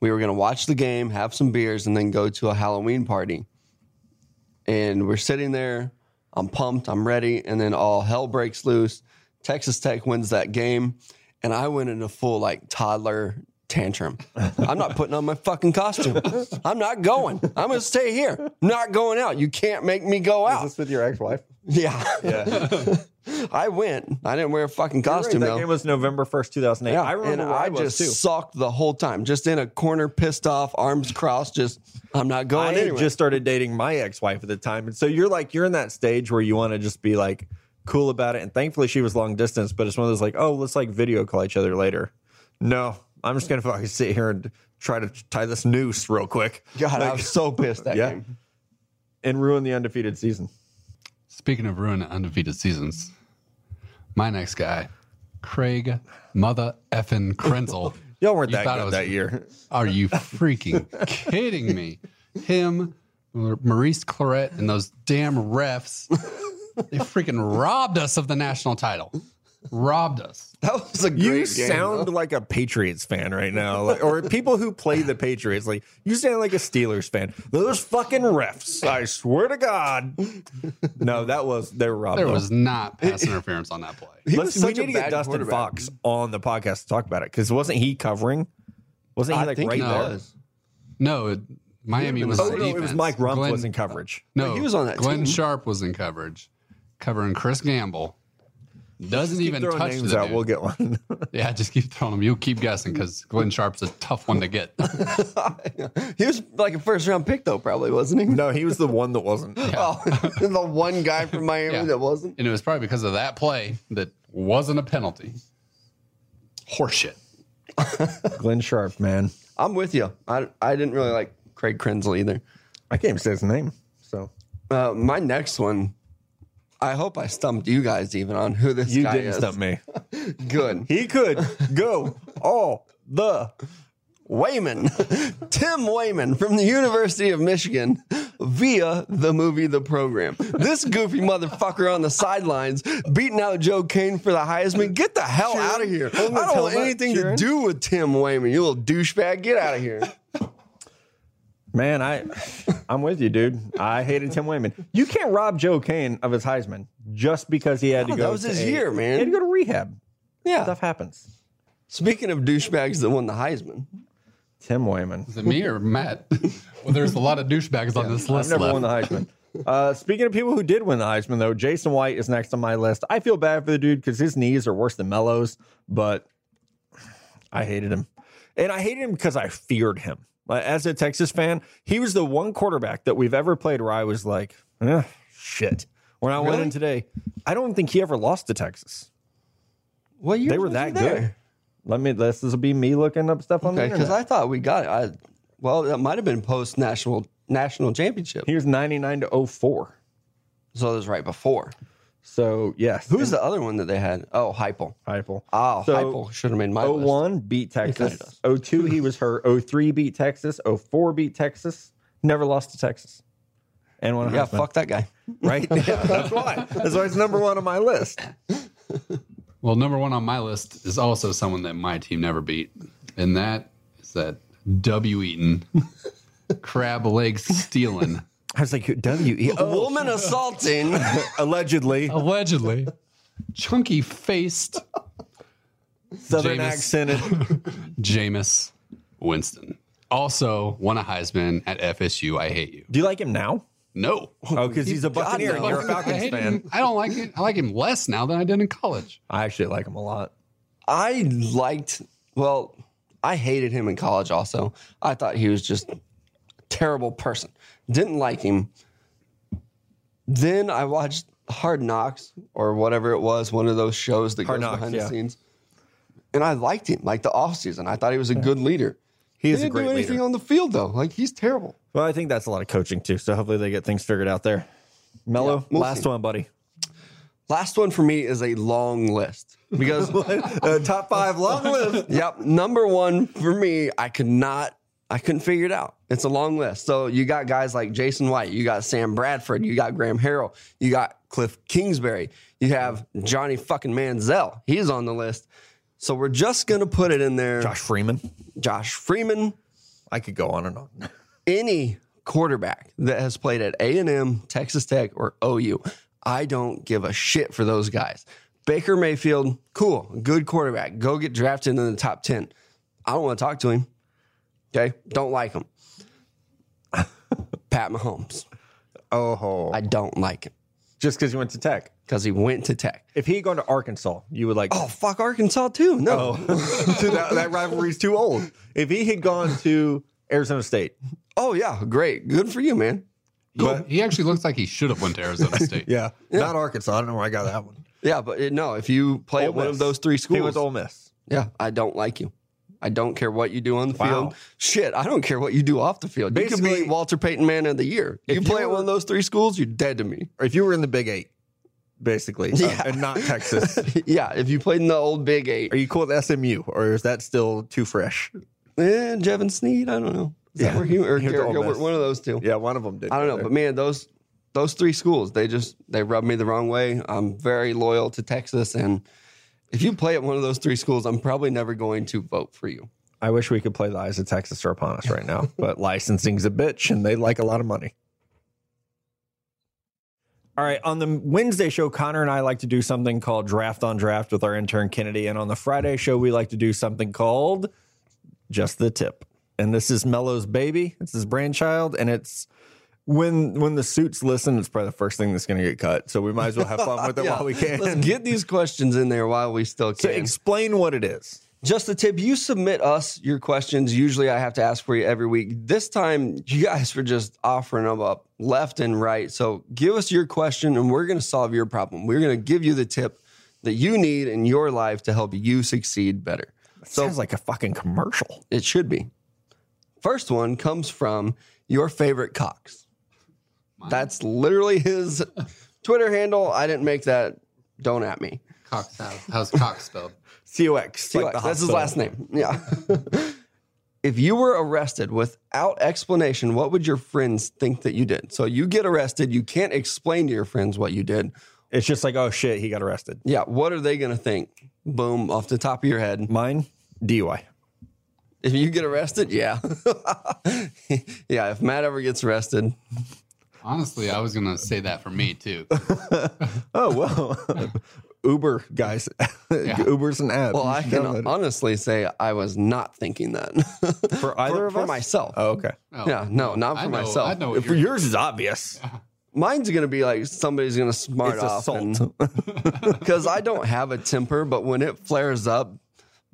Speaker 2: We were going to watch the game, have some beers, and then go to a Halloween party. And we're sitting there. I'm pumped. I'm ready. And then all hell breaks loose. Texas Tech wins that game. And I went in a full, like, toddler tantrum. I'm not putting on my fucking costume. I'm not going. I'm going to stay here. I'm not going out. You can't make me go out.
Speaker 1: with your ex wife?
Speaker 2: Yeah.
Speaker 1: Yeah.
Speaker 2: (laughs) I went. I didn't wear a fucking costume,
Speaker 1: that
Speaker 2: though.
Speaker 1: game was November 1st, 2008. I remember
Speaker 2: and
Speaker 1: where
Speaker 2: I,
Speaker 1: I, was
Speaker 2: just
Speaker 1: too.
Speaker 2: sucked the whole time, just in a corner, pissed off, arms crossed, just I'm not
Speaker 1: I
Speaker 2: going
Speaker 1: had
Speaker 2: anywhere.
Speaker 1: just started dating my ex-wife at the time, and so you're like you're in that stage where you want to just be like cool about it. And thankfully, she was long distance, but it's one of those like, oh, let's like video call each other later. No, I'm just gonna (laughs) fucking sit here and try to tie this noose real quick
Speaker 2: God, I was so pissed that
Speaker 1: Yeah.
Speaker 2: game.
Speaker 1: and ruin the undefeated season.
Speaker 3: Speaking of ruined undefeated seasons, my next guy, Craig Mother Effin Krenzel.
Speaker 1: (laughs) Y'all weren't
Speaker 3: You
Speaker 1: that (laughs)
Speaker 3: thought
Speaker 1: good
Speaker 3: it was-
Speaker 1: that year.
Speaker 3: Are you freaking kidding me? Him, Maurice Claret and those damn refs. they freaking robbed us of the national title. Robbed us.
Speaker 2: That was a great
Speaker 1: You
Speaker 2: game,
Speaker 1: sound
Speaker 2: though.
Speaker 1: like a Patriots fan right now, like, or people who play the Patriots. Like you sound like a Steelers fan. Those fucking refs! I swear to God. No, that was they were robbed.
Speaker 3: There
Speaker 1: though.
Speaker 3: was not pass interference on that play.
Speaker 2: he
Speaker 1: Let's,
Speaker 2: was
Speaker 1: we
Speaker 2: such a
Speaker 1: need to get
Speaker 2: bad
Speaker 1: Dustin
Speaker 2: quarterback.
Speaker 1: Fox on the podcast to talk about it because wasn't he covering? Wasn't he
Speaker 2: I
Speaker 1: like
Speaker 2: think
Speaker 1: right
Speaker 2: he
Speaker 1: there?
Speaker 2: was.
Speaker 3: No, it, Miami was.
Speaker 1: Oh
Speaker 3: on
Speaker 1: no, it was
Speaker 3: defense.
Speaker 1: Mike Rumpf
Speaker 3: Glenn-
Speaker 1: was in coverage.
Speaker 3: No,
Speaker 2: he was on that
Speaker 3: Glenn
Speaker 2: team.
Speaker 3: Sharp was in coverage, covering Chris Gamble. Doesn't
Speaker 1: Keep
Speaker 3: even
Speaker 1: throwing
Speaker 3: touch
Speaker 1: names
Speaker 3: the
Speaker 1: out.
Speaker 3: dude.
Speaker 1: We'll get one. (laughs)
Speaker 3: Yeah, just keep throwing them. You'll keep guessing because Glenn Sharp's a tough one to get.
Speaker 2: he was (laughs) like a first round pick though, probably wasn't he?
Speaker 1: no, he was the one that wasn't.
Speaker 2: (laughs) Oh, (laughs) the one guy from Miami
Speaker 3: Yeah.
Speaker 2: that wasn't.
Speaker 3: and it was probably because of that play that wasn't a penalty. Horseshit.
Speaker 1: Glenn Sharp, man.
Speaker 2: I'm with you. I, I didn't really like Craig Krenzel either.
Speaker 1: I can't even say his name. So
Speaker 2: Uh, my next one, I hope I stumped you guys even on who this
Speaker 1: you
Speaker 2: guy
Speaker 1: didn't
Speaker 2: is.
Speaker 1: stump me.
Speaker 2: Good.
Speaker 1: He could go all the
Speaker 2: Wayman, (laughs) Tim Wayman from the University of Michigan via the movie The Program. This goofy motherfucker on the sidelines beating out Joe Kane for the Heisman. Get the hell out of here. I don't want
Speaker 1: helmet,
Speaker 2: anything
Speaker 1: Sharon.
Speaker 2: to do with Tim Wayman, you little douchebag. Get out
Speaker 1: (laughs)
Speaker 2: of here.
Speaker 1: Man, I I'm with you, dude. I hated Tim Wayman. You can't rob Joe Kane of his Heisman just because he had to
Speaker 2: No,
Speaker 1: go.
Speaker 2: that was
Speaker 1: to
Speaker 2: his
Speaker 1: a-
Speaker 2: year, man.
Speaker 1: He had to go to rehab.
Speaker 2: Yeah.
Speaker 1: Stuff happens.
Speaker 2: Speaking of douchebags that won the Heisman,
Speaker 1: Tim Wayman.
Speaker 3: Is it me or Matt? well, there's a lot of douchebags on this
Speaker 1: I've
Speaker 3: list.
Speaker 1: never
Speaker 3: left.
Speaker 1: won the Heisman. Uh, speaking of people who did win the Heisman, though, Jason White is next on my list. I feel bad for the dude because his knees are worse than Melo's, but I hated him. And I hated him because I feared him. Like, As a Texas fan, he was the one quarterback that we've ever played where I was like, eh, shit. When I went
Speaker 2: Really?
Speaker 1: in today, I don't think he ever lost to Texas.
Speaker 2: what year
Speaker 1: They were
Speaker 2: was he
Speaker 1: that
Speaker 2: there?
Speaker 1: good. Let me. This will be me looking up stuff on
Speaker 2: Okay,
Speaker 1: the
Speaker 2: because
Speaker 1: internet.
Speaker 2: I thought we got it. I, well, that might have been post national national championship.
Speaker 1: he was ninety nine to 04.
Speaker 2: So it was right before.
Speaker 1: So yes,
Speaker 2: Who's the other one that they had? Oh, Heupel.
Speaker 1: Heupel?
Speaker 2: Oh,
Speaker 1: So- oh,
Speaker 2: Heupel should have made my list.
Speaker 1: 01 beat
Speaker 2: kinda
Speaker 1: Texas. 02 he was hurt. 03 beat Texas. 04 beat Texas. Never lost to Texas. And one
Speaker 2: Yeah, fuck that guy.
Speaker 1: right. Yeah, that's why. That's why it's number one on my list.
Speaker 3: Well, number one on my list is also someone that my team never beat, and that is that W Eaton (laughs) crab leg stealing
Speaker 1: I was like, W (laughs) E
Speaker 2: A woman assaulting.
Speaker 1: allegedly
Speaker 2: Oh,
Speaker 3: allegedly chunky faced
Speaker 1: Southern
Speaker 3: Jameis.
Speaker 1: accented.
Speaker 3: Jameis Winston. Also won a Heisman at FSU. I hate you.
Speaker 1: Do you like him now?
Speaker 3: No.
Speaker 1: Oh, because he's a
Speaker 2: God,
Speaker 1: Buccaneer and
Speaker 2: no.
Speaker 1: you're a
Speaker 3: I
Speaker 1: Falcons
Speaker 3: hate
Speaker 1: fan.
Speaker 3: him. I don't like it. I like him less now than I did in college.
Speaker 1: I actually like him a lot.
Speaker 2: I liked, well, I hated him in college also. I thought he was just a terrible person. Didn't like him. Then I watched Hard Knocks or whatever it was, one of those shows that
Speaker 1: Hard
Speaker 2: goes
Speaker 1: Knocks,
Speaker 2: behind
Speaker 1: yeah.
Speaker 2: the scenes. And I liked him, like the offseason. I thought he was a good leader.
Speaker 1: He
Speaker 2: He
Speaker 1: is a
Speaker 2: didn't
Speaker 1: great
Speaker 2: do anything
Speaker 1: leader.
Speaker 2: on the field though. Like he's terrible.
Speaker 1: Well, I think that's a lot of coaching too. So hopefully they get things figured out there. Mello,
Speaker 2: we'll
Speaker 1: last
Speaker 2: see.
Speaker 1: one, buddy.
Speaker 2: Last one for me is a long list because
Speaker 1: (laughs) Uh, top five, long list.
Speaker 2: Yep. Number one for me, I could not, I couldn't figure it out. It's a long list. So you got guys like Jason White, you got Sam Bradford, you got Graham Harrell, you got Cliff Kingsbury, you have Johnny fucking Manziel. He's on the list. So we're just gonna put it in there.
Speaker 1: Josh Freeman.
Speaker 2: Josh Freeman,
Speaker 1: I could go on and on.
Speaker 2: any quarterback that has played at A&M, Texas Tech, or OU, I don't give a shit for those guys. Baker Mayfield, cool, good quarterback. Go get drafted into the top 10. I don't want to talk to him. Okay? Don't like him. Pat Mahomes.
Speaker 1: Oh,
Speaker 2: I don't like him
Speaker 1: just because you went to Tech.
Speaker 2: because he went to Tech.
Speaker 1: If he had gone to Arkansas, you would like.
Speaker 2: Oh, fuck Arkansas too. No.
Speaker 1: Oh. (laughs) that, that rivalry's too old. If he had gone to Arizona State,
Speaker 2: oh yeah, great. Good for you, man.
Speaker 3: Cool. He actually looks like he should have went to
Speaker 1: (laughs)
Speaker 3: Arizona State.
Speaker 1: yeah, not Arkansas. I don't know where I got that one.
Speaker 2: Yeah, but uh, no, if you play at one of those three schools,
Speaker 1: He was Ole Miss.
Speaker 2: Yeah, I don't like you. I don't care what you do on the
Speaker 1: Wow.
Speaker 2: field. Shit, I don't care what you do off the field. you could
Speaker 1: Basically-
Speaker 2: be Walter Payton Man of the Year. You
Speaker 1: If you
Speaker 2: play at
Speaker 1: were-
Speaker 2: one of those three schools, you're dead
Speaker 1: (laughs)
Speaker 2: to me.
Speaker 1: Or if you were in the Big Eight, basically, uh,
Speaker 2: Yeah.
Speaker 1: and not (laughs) Texas,
Speaker 2: (laughs) yeah, if you played in the old Big Eight,
Speaker 1: are you cool with SMU, or is that still too fresh?
Speaker 2: eh, Jevin Sneed, I don't know. Is that
Speaker 4: Yeah.
Speaker 1: (laughs)
Speaker 2: where he or
Speaker 4: They're
Speaker 2: Garrett
Speaker 4: all
Speaker 2: Gilbert?
Speaker 4: messed.
Speaker 2: One of those two.
Speaker 4: Yeah, one of them did.
Speaker 2: I don't
Speaker 4: go
Speaker 2: know,
Speaker 4: there.
Speaker 2: but man, those those three schools, they just they rub me the wrong way. I'm very loyal to Texas, and if you play at one of those three schools, I'm probably never going to vote for you.
Speaker 4: I wish we could play the eyes of Texas are upon us right
Speaker 2: (laughs)
Speaker 4: now, but licensing's a bitch, and they like a lot of money.
Speaker 1: All right. On the Wednesday show, Connor and I like to do something called Draft on Draft with our intern Kennedy. And on the Friday show, we like to do something called Just the Tip. And this is Mello's baby. It's his brainchild. And it's when when the suits listen, it's probably the first thing that's gonna get cut. So we might as well have fun
Speaker 2: (laughs)
Speaker 1: with it
Speaker 2: Yeah.
Speaker 1: while we
Speaker 2: Let's
Speaker 1: can.
Speaker 2: get these questions in there while we still
Speaker 1: So
Speaker 2: can.
Speaker 1: explain what it is.
Speaker 2: Just a tip, you submit us your questions. Usually I have to ask for you every week. This time you guys were just offering them up left and right. So give us your question and we're going to solve your problem. We're going to give you the tip that you need in your life to help you succeed better. So
Speaker 1: Sounds like a fucking commercial.
Speaker 2: it should be. First one comes from your favorite Cox. That's literally his Twitter handle. I didn't make that. Don't at me.
Speaker 3: Cox, how's, how's Cox spelled?
Speaker 1: COX. like the
Speaker 2: T-Y. That's his
Speaker 1: hospital.
Speaker 2: last name. Yeah. (laughs) if you were arrested without explanation, what would your friends think that you did? So you get arrested, you can't explain to your friends what you did.
Speaker 1: It's just like, oh shit, he got arrested.
Speaker 2: Yeah, what are they going to think? Boom, off the top of your head.
Speaker 1: Mine, DUI.
Speaker 2: If you get arrested, yeah. (laughs) yeah, if Matt ever gets arrested,
Speaker 3: Honestly, I was gonna say that for
Speaker 1: (laughs)
Speaker 3: me too.
Speaker 1: Oh well. (laughs) Uber guys. (laughs) Uber's an ad.
Speaker 2: well,
Speaker 1: You
Speaker 2: I
Speaker 1: should
Speaker 2: can uh,
Speaker 1: download it.
Speaker 2: honestly say I was not thinking that. (laughs)
Speaker 1: for either
Speaker 2: for,
Speaker 1: of
Speaker 2: for
Speaker 1: us.
Speaker 2: myself.
Speaker 1: Oh, (laughs) okay.
Speaker 3: Oh,
Speaker 2: Yeah, no, not for
Speaker 3: I know,
Speaker 2: myself.
Speaker 3: I know what
Speaker 1: For
Speaker 3: you're-
Speaker 1: yours is
Speaker 2: (laughs)
Speaker 1: obvious.
Speaker 2: Mine's gonna be like somebody's gonna smart
Speaker 1: It's
Speaker 2: off
Speaker 1: assault. (laughs)
Speaker 2: because I don't have a temper, but when it flares up,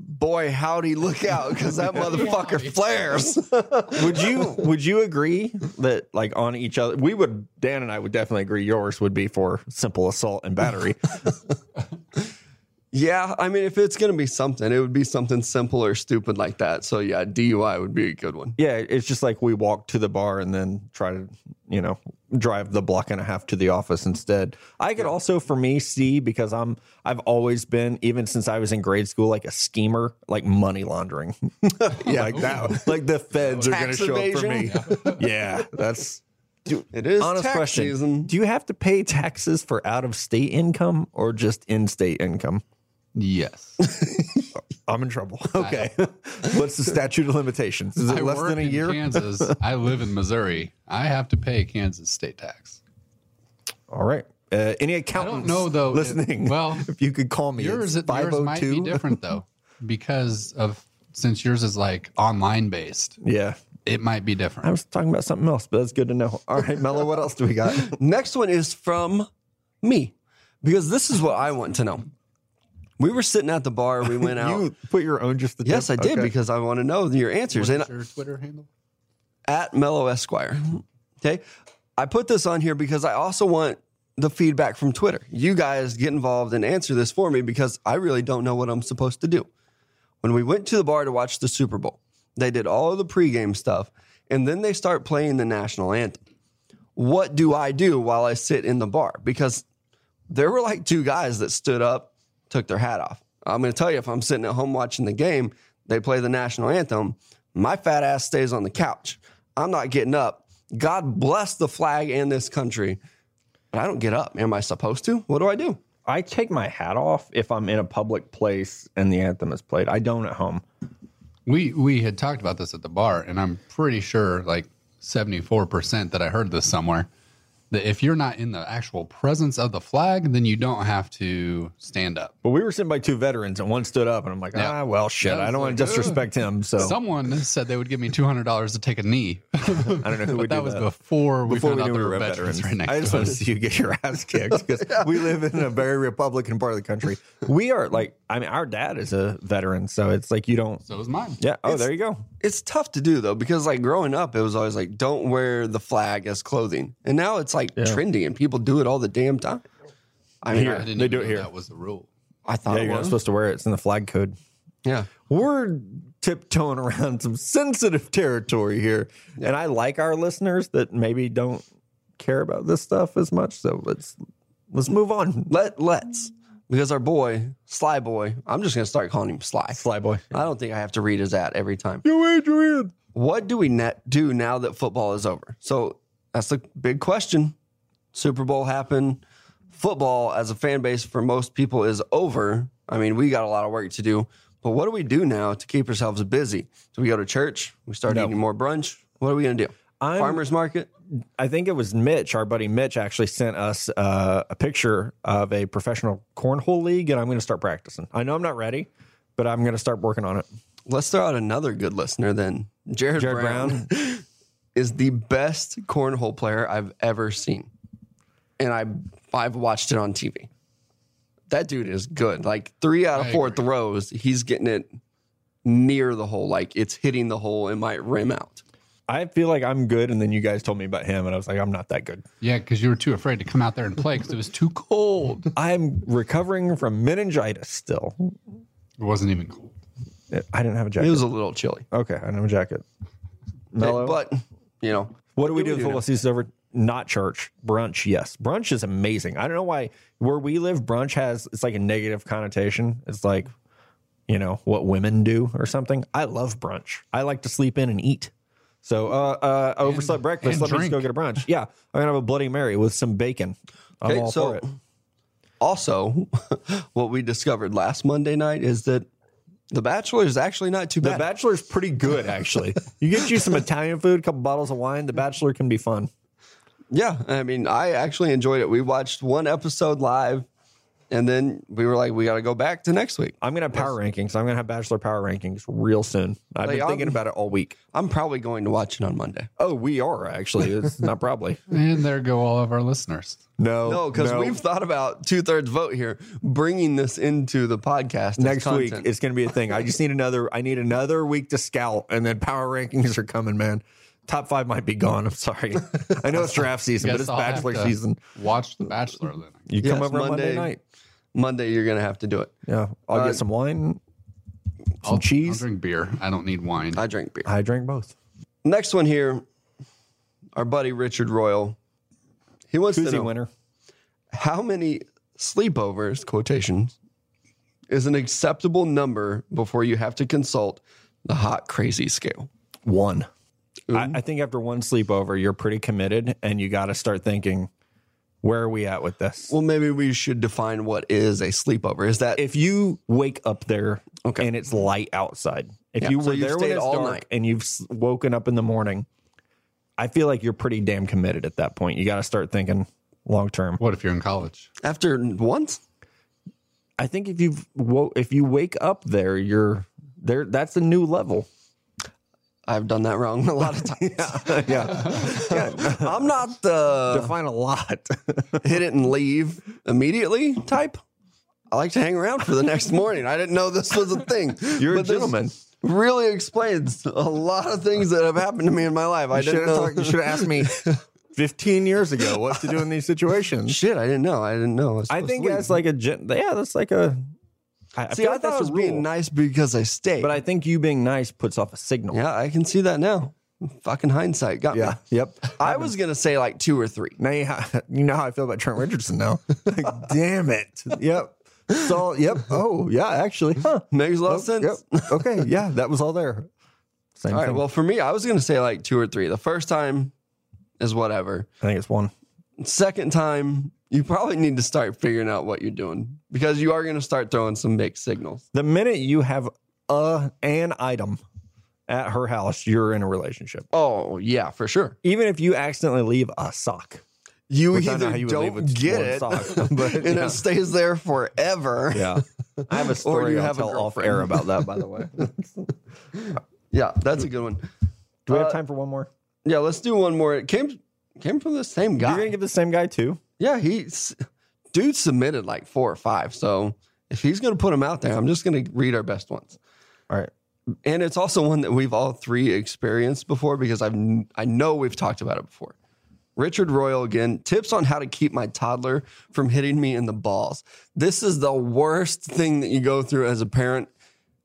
Speaker 2: boy howdy, look out because
Speaker 1: (laughs)
Speaker 2: that motherfucker flares. (laughs)
Speaker 1: would you would you agree that like on each other we would Dan and I would definitely agree yours would be for simple assault and battery.
Speaker 2: yeah, I mean, if it's gonna be something, it would be something simple or stupid like that. So yeah, DUI would be a good one.
Speaker 1: yeah, it's just like we walk to the bar and then try to, you know, drive the block and a half to the office instead. I could also for me see because I'm I've always been even since I was in grade school like a schemer, like money laundering. (laughs) yeah, like that. Like the feds are going to
Speaker 2: Tax
Speaker 1: show
Speaker 2: evasion?
Speaker 1: up for me. (laughs) yeah, that's
Speaker 2: It is
Speaker 1: honest
Speaker 2: tax
Speaker 1: question
Speaker 2: season.
Speaker 1: do you have to pay taxes for out of state income or just in state income (laughs)
Speaker 3: Yes,
Speaker 1: i'm in trouble okay (laughs) what's the statute of limitations is it
Speaker 3: I
Speaker 1: less
Speaker 3: work
Speaker 1: than a
Speaker 3: in
Speaker 1: year
Speaker 3: Kansas. I live in Missouri. I have to pay Kansas state tax.
Speaker 1: all right uh, any accountants
Speaker 3: know, though, if-
Speaker 1: listening (laughs)
Speaker 3: well,
Speaker 1: if you could call me
Speaker 3: Yours,
Speaker 1: it's
Speaker 3: yours might be
Speaker 1: 502
Speaker 3: different though, because of since yours is like online based,
Speaker 1: yeah
Speaker 3: it might be
Speaker 1: i
Speaker 3: different.
Speaker 1: was talking about something else but that's good to know all right mello what else do we (laughs) got
Speaker 2: Next one is from me because this is what I want to know. We were sitting at the bar. We went out.
Speaker 1: (laughs) you put your own just the tip?
Speaker 2: yes, I did
Speaker 1: Okay.
Speaker 2: because I want to know your answers. And
Speaker 3: What's your Twitter handle?
Speaker 2: at Mellow Esquire. Okay. I put this on here because I also want the feedback from Twitter. You guys get involved and answer this for me because I really don't know what I'm supposed to do. When we went to the bar to watch the Super Bowl, they did all of the pregame stuff and then they start playing the national anthem. What do I do while I sit in the bar? Because there were like two guys that stood up, took their hat off. I'm going to tell you, if I'm sitting at home watching the game, they play the national anthem. My fat ass stays on the couch. I'm not getting up. God bless the flag and this country. But I don't get up. Am I supposed to? What do I do?
Speaker 1: i take my hat off if i'm in a public place and the anthem is played i don't at home
Speaker 3: We we had talked about this at the bar, and I'm pretty sure like 74% that I heard this somewhere. That if you're not in the actual presence of the flag, then you don't have to stand up.
Speaker 1: But we were sitting by two veterans, and one stood up, and I'm like,
Speaker 3: Yeah.
Speaker 1: ah, well, shit.
Speaker 3: Yeah,
Speaker 1: I
Speaker 3: it's
Speaker 1: don't want to
Speaker 3: like,
Speaker 1: disrespect him, so
Speaker 3: Someone said they would give me two hundred dollars to take
Speaker 1: (laughs)
Speaker 3: a knee.
Speaker 1: I don't know who
Speaker 3: But
Speaker 1: would
Speaker 3: (laughs) that
Speaker 1: do
Speaker 3: was
Speaker 1: that.
Speaker 3: before we
Speaker 1: Before
Speaker 3: found
Speaker 1: we
Speaker 3: out
Speaker 1: knew we
Speaker 3: there
Speaker 1: were
Speaker 3: were veterans
Speaker 1: veterans, (laughs)
Speaker 3: right next
Speaker 1: I just
Speaker 3: to
Speaker 1: wanted to
Speaker 3: us.
Speaker 1: see you get your ass kicked because we live in a very Republican part of the country. We are like, I mean, our dad is a veteran, so it's like you don't.
Speaker 3: So was mine.
Speaker 1: Yeah. Oh, there you go.
Speaker 2: It's tough to do though, because like growing up, it was always like, don't wear the flag as clothing. And now it's like trendy and people do it all the damn time. I mean,
Speaker 3: I
Speaker 2: I,
Speaker 3: didn't
Speaker 1: They
Speaker 3: even
Speaker 1: do it
Speaker 3: know
Speaker 1: here.
Speaker 3: That was the rule.
Speaker 2: I thought
Speaker 1: Yeah,
Speaker 2: it
Speaker 1: you're not
Speaker 2: was.
Speaker 1: supposed to wear it. It's in the flag code.
Speaker 2: yeah.
Speaker 1: We're tiptoeing around some sensitive territory here, and I like our listeners that maybe don't care about this stuff as much. So let's let's move on.
Speaker 2: Let let's because our boy Sly Boy. I'm just gonna start calling him Sly.
Speaker 1: Fly boy.
Speaker 2: I don't think I have to read his ad every time.
Speaker 1: You Adrian.
Speaker 2: what do we net do now that football is over? So that's the big question. Super Bowl happened. Football as a fan base for most people is over. I mean, we got a lot of work to do, but what do we do now to keep ourselves busy? Do we go to church? We start
Speaker 1: No.
Speaker 2: eating more brunch? What are we going to do?
Speaker 1: I'm-
Speaker 2: Farmers market?
Speaker 1: I think it was Mitch, our buddy Mitch, actually sent us uh, a picture of a professional cornhole league, and I'm going to start practicing. I know I'm not ready, but I'm going to start working on it.
Speaker 2: Let's throw out another good listener then. Jared,
Speaker 1: Jared
Speaker 2: Brown, (laughs) is the best cornhole player I've ever seen. And I I've watched it on TV. That dude is good. Like three out of
Speaker 3: I
Speaker 2: four throws, he's getting it near the hole. Like it's hitting the hole and might rim out.
Speaker 1: I feel like I'm good, and then you guys told me about him, and I was like, I'm not that good.
Speaker 3: Yeah, because you were too afraid to come out there and play because it was
Speaker 1: (laughs)
Speaker 3: too cold. It
Speaker 1: I'm recovering from meningitis still.
Speaker 3: wasn't even cold.
Speaker 1: I didn't have a
Speaker 2: It
Speaker 1: jacket.
Speaker 2: was a little chilly.
Speaker 1: okay, I didn't have a jacket. Mellow.
Speaker 2: But you know,
Speaker 1: What do we do if
Speaker 2: now?
Speaker 1: football season's over? Not church. Brunch, yes. Brunch is amazing. I don't know why where we live, brunch has it's like a negative connotation. It's like, you know, what women do or something. I love brunch. I like to sleep in and eat. So uh uh I overslept breakfast. Let
Speaker 3: and
Speaker 1: me just go
Speaker 3: drink.
Speaker 1: get a brunch. Yeah. I'm gonna have a bloody Mary with some bacon. I'm
Speaker 2: Okay,
Speaker 1: all
Speaker 2: so-
Speaker 1: for it.
Speaker 2: also (laughs) what we discovered last Monday night is that the Bachelor is actually not too
Speaker 1: The
Speaker 2: bad.
Speaker 1: Bachelor's pretty good actually. (laughs) you get you some Italian food, a couple bottles of wine, the Bachelor can be fun.
Speaker 2: Yeah, I mean, I actually enjoyed it. We watched one episode live, and then we were like, we got to go back to next week.
Speaker 1: I'm gonna have power rankings. I'm gonna have Bachelor power rankings real soon. I've
Speaker 2: They
Speaker 1: been
Speaker 2: are-
Speaker 1: thinking about it all week.
Speaker 2: I'm probably going to watch it on Monday.
Speaker 1: Oh, we are actually. It's not probably.
Speaker 2: (laughs)
Speaker 3: And there go all of our listeners.
Speaker 1: Oh, No,
Speaker 2: No, because we've thought about two thirds vote here, bringing this into the podcast as
Speaker 1: next
Speaker 2: content.
Speaker 1: week it's going to be a thing. I just need another. I need another week to scout, and then power rankings are coming, man. Top five might be gone. I'm
Speaker 2: (laughs)
Speaker 1: sorry. I know it's draft season, but
Speaker 3: Guess
Speaker 1: it's
Speaker 3: I'll have
Speaker 1: bachelor
Speaker 3: to
Speaker 1: season.
Speaker 3: Watch The Bachelor then.
Speaker 1: You
Speaker 2: Yes,
Speaker 1: come over Monday,
Speaker 2: Monday.
Speaker 1: Monday night.
Speaker 2: Monday, you're going to have to do it.
Speaker 1: Yeah, I'll
Speaker 2: Uh,
Speaker 1: get some wine, some
Speaker 3: I'll,
Speaker 1: cheese.
Speaker 3: I'll drink beer. I don't need wine.
Speaker 2: I drink beer.
Speaker 1: I drink both.
Speaker 2: Next one here, our buddy Richard Royal. He wants
Speaker 1: Koozie
Speaker 2: to know
Speaker 1: winner.
Speaker 2: how many sleepovers quotations is an acceptable number before you have to consult the hot crazy scale.
Speaker 1: One. I, I think after one sleepover, you're pretty committed, and you got to start thinking, where are we at with this?
Speaker 2: Well, maybe we should define what is a sleepover. Is that
Speaker 1: if you wake up there
Speaker 2: Okay.
Speaker 1: and it's light outside, if
Speaker 2: Yeah.
Speaker 1: you were
Speaker 2: So you've
Speaker 1: there when
Speaker 2: stayed
Speaker 1: it's
Speaker 2: all
Speaker 1: dark
Speaker 2: night.
Speaker 1: and you've s- woken up in the morning, I feel like you're pretty damn committed at that point. You got to start thinking long term.
Speaker 3: what if you're in college?
Speaker 2: after once?
Speaker 1: I think if you've wo- if you wake up there, you're there. That's a new level.
Speaker 2: I've done that wrong a (laughs) lot of times.
Speaker 1: yeah,
Speaker 2: I'm not the
Speaker 1: define a lot.
Speaker 2: hit it and leave immediately type. I like to hang around for the next morning. I didn't know this was a thing.
Speaker 1: (laughs) You're a
Speaker 2: But this
Speaker 1: gentleman.
Speaker 2: Really explains a lot of things that have happened to me in my life. I didn't know.
Speaker 1: have asked (laughs) me 15 years ago what to do in these
Speaker 2: (laughs)
Speaker 1: situations.
Speaker 2: Shit, I didn't know. I didn't know. was
Speaker 1: I
Speaker 2: supposed
Speaker 1: think
Speaker 2: to leave.
Speaker 1: that's like a gen- yeah, that's like a. I, I
Speaker 2: Oh, See,
Speaker 1: feel
Speaker 2: I
Speaker 1: like
Speaker 2: thought I
Speaker 1: that's
Speaker 2: was
Speaker 1: a rule.
Speaker 2: being nice because I stayed.
Speaker 1: but I think you being nice puts off a signal.
Speaker 2: yeah, I can see that now. Fucking hindsight got me.
Speaker 1: Yep.
Speaker 2: I was gonna say like two or three.
Speaker 1: Now you, ha- you know how I feel about Trent Richardson now.
Speaker 2: (laughs)
Speaker 1: Like, damn it. Yep. So, yep. Oh, yeah, actually. Huh.
Speaker 2: Makes a lot of sense.
Speaker 1: Yep. Okay. Yeah, that was all there. Same
Speaker 2: All right.
Speaker 1: thing.
Speaker 2: Well, for me, I was gonna say like two or three. The first time is whatever.
Speaker 1: I think it's one.
Speaker 2: Second time, you probably need to start figuring out what you're doing because you are gonna start throwing some mixed signals.
Speaker 1: The minute you have a an item at her house, you're in a relationship.
Speaker 2: Oh yeah, for sure.
Speaker 1: Even if you accidentally leave a sock.
Speaker 2: You
Speaker 1: Which I know
Speaker 2: either
Speaker 1: how you would leave
Speaker 2: don't
Speaker 1: with
Speaker 2: get
Speaker 1: one
Speaker 2: it,
Speaker 1: sock, (laughs) but,
Speaker 2: (laughs) and
Speaker 1: yeah.
Speaker 2: it stays there forever.
Speaker 1: Yeah. (laughs) I have a story
Speaker 2: you
Speaker 1: I'll
Speaker 2: have a
Speaker 1: tell off
Speaker 2: girlfriend.
Speaker 1: air about that, by the
Speaker 2: (laughs)
Speaker 1: way.
Speaker 2: yeah, that's a good one.
Speaker 1: Do we have
Speaker 2: Uh,
Speaker 1: time for one more?
Speaker 2: Yeah, let's do one more. It came came from the same guy.
Speaker 1: You're going to give the same guy two?
Speaker 2: Yeah, he's dude submitted like four or five. So if he's gonna put them out there, I'm just gonna read our best ones.
Speaker 1: All right.
Speaker 2: And it's also one that we've all three experienced before because I've I know we've talked about it before. Richard Royal again, tips on how to keep my toddler from hitting me in the balls. This is the worst thing that you go through as a parent,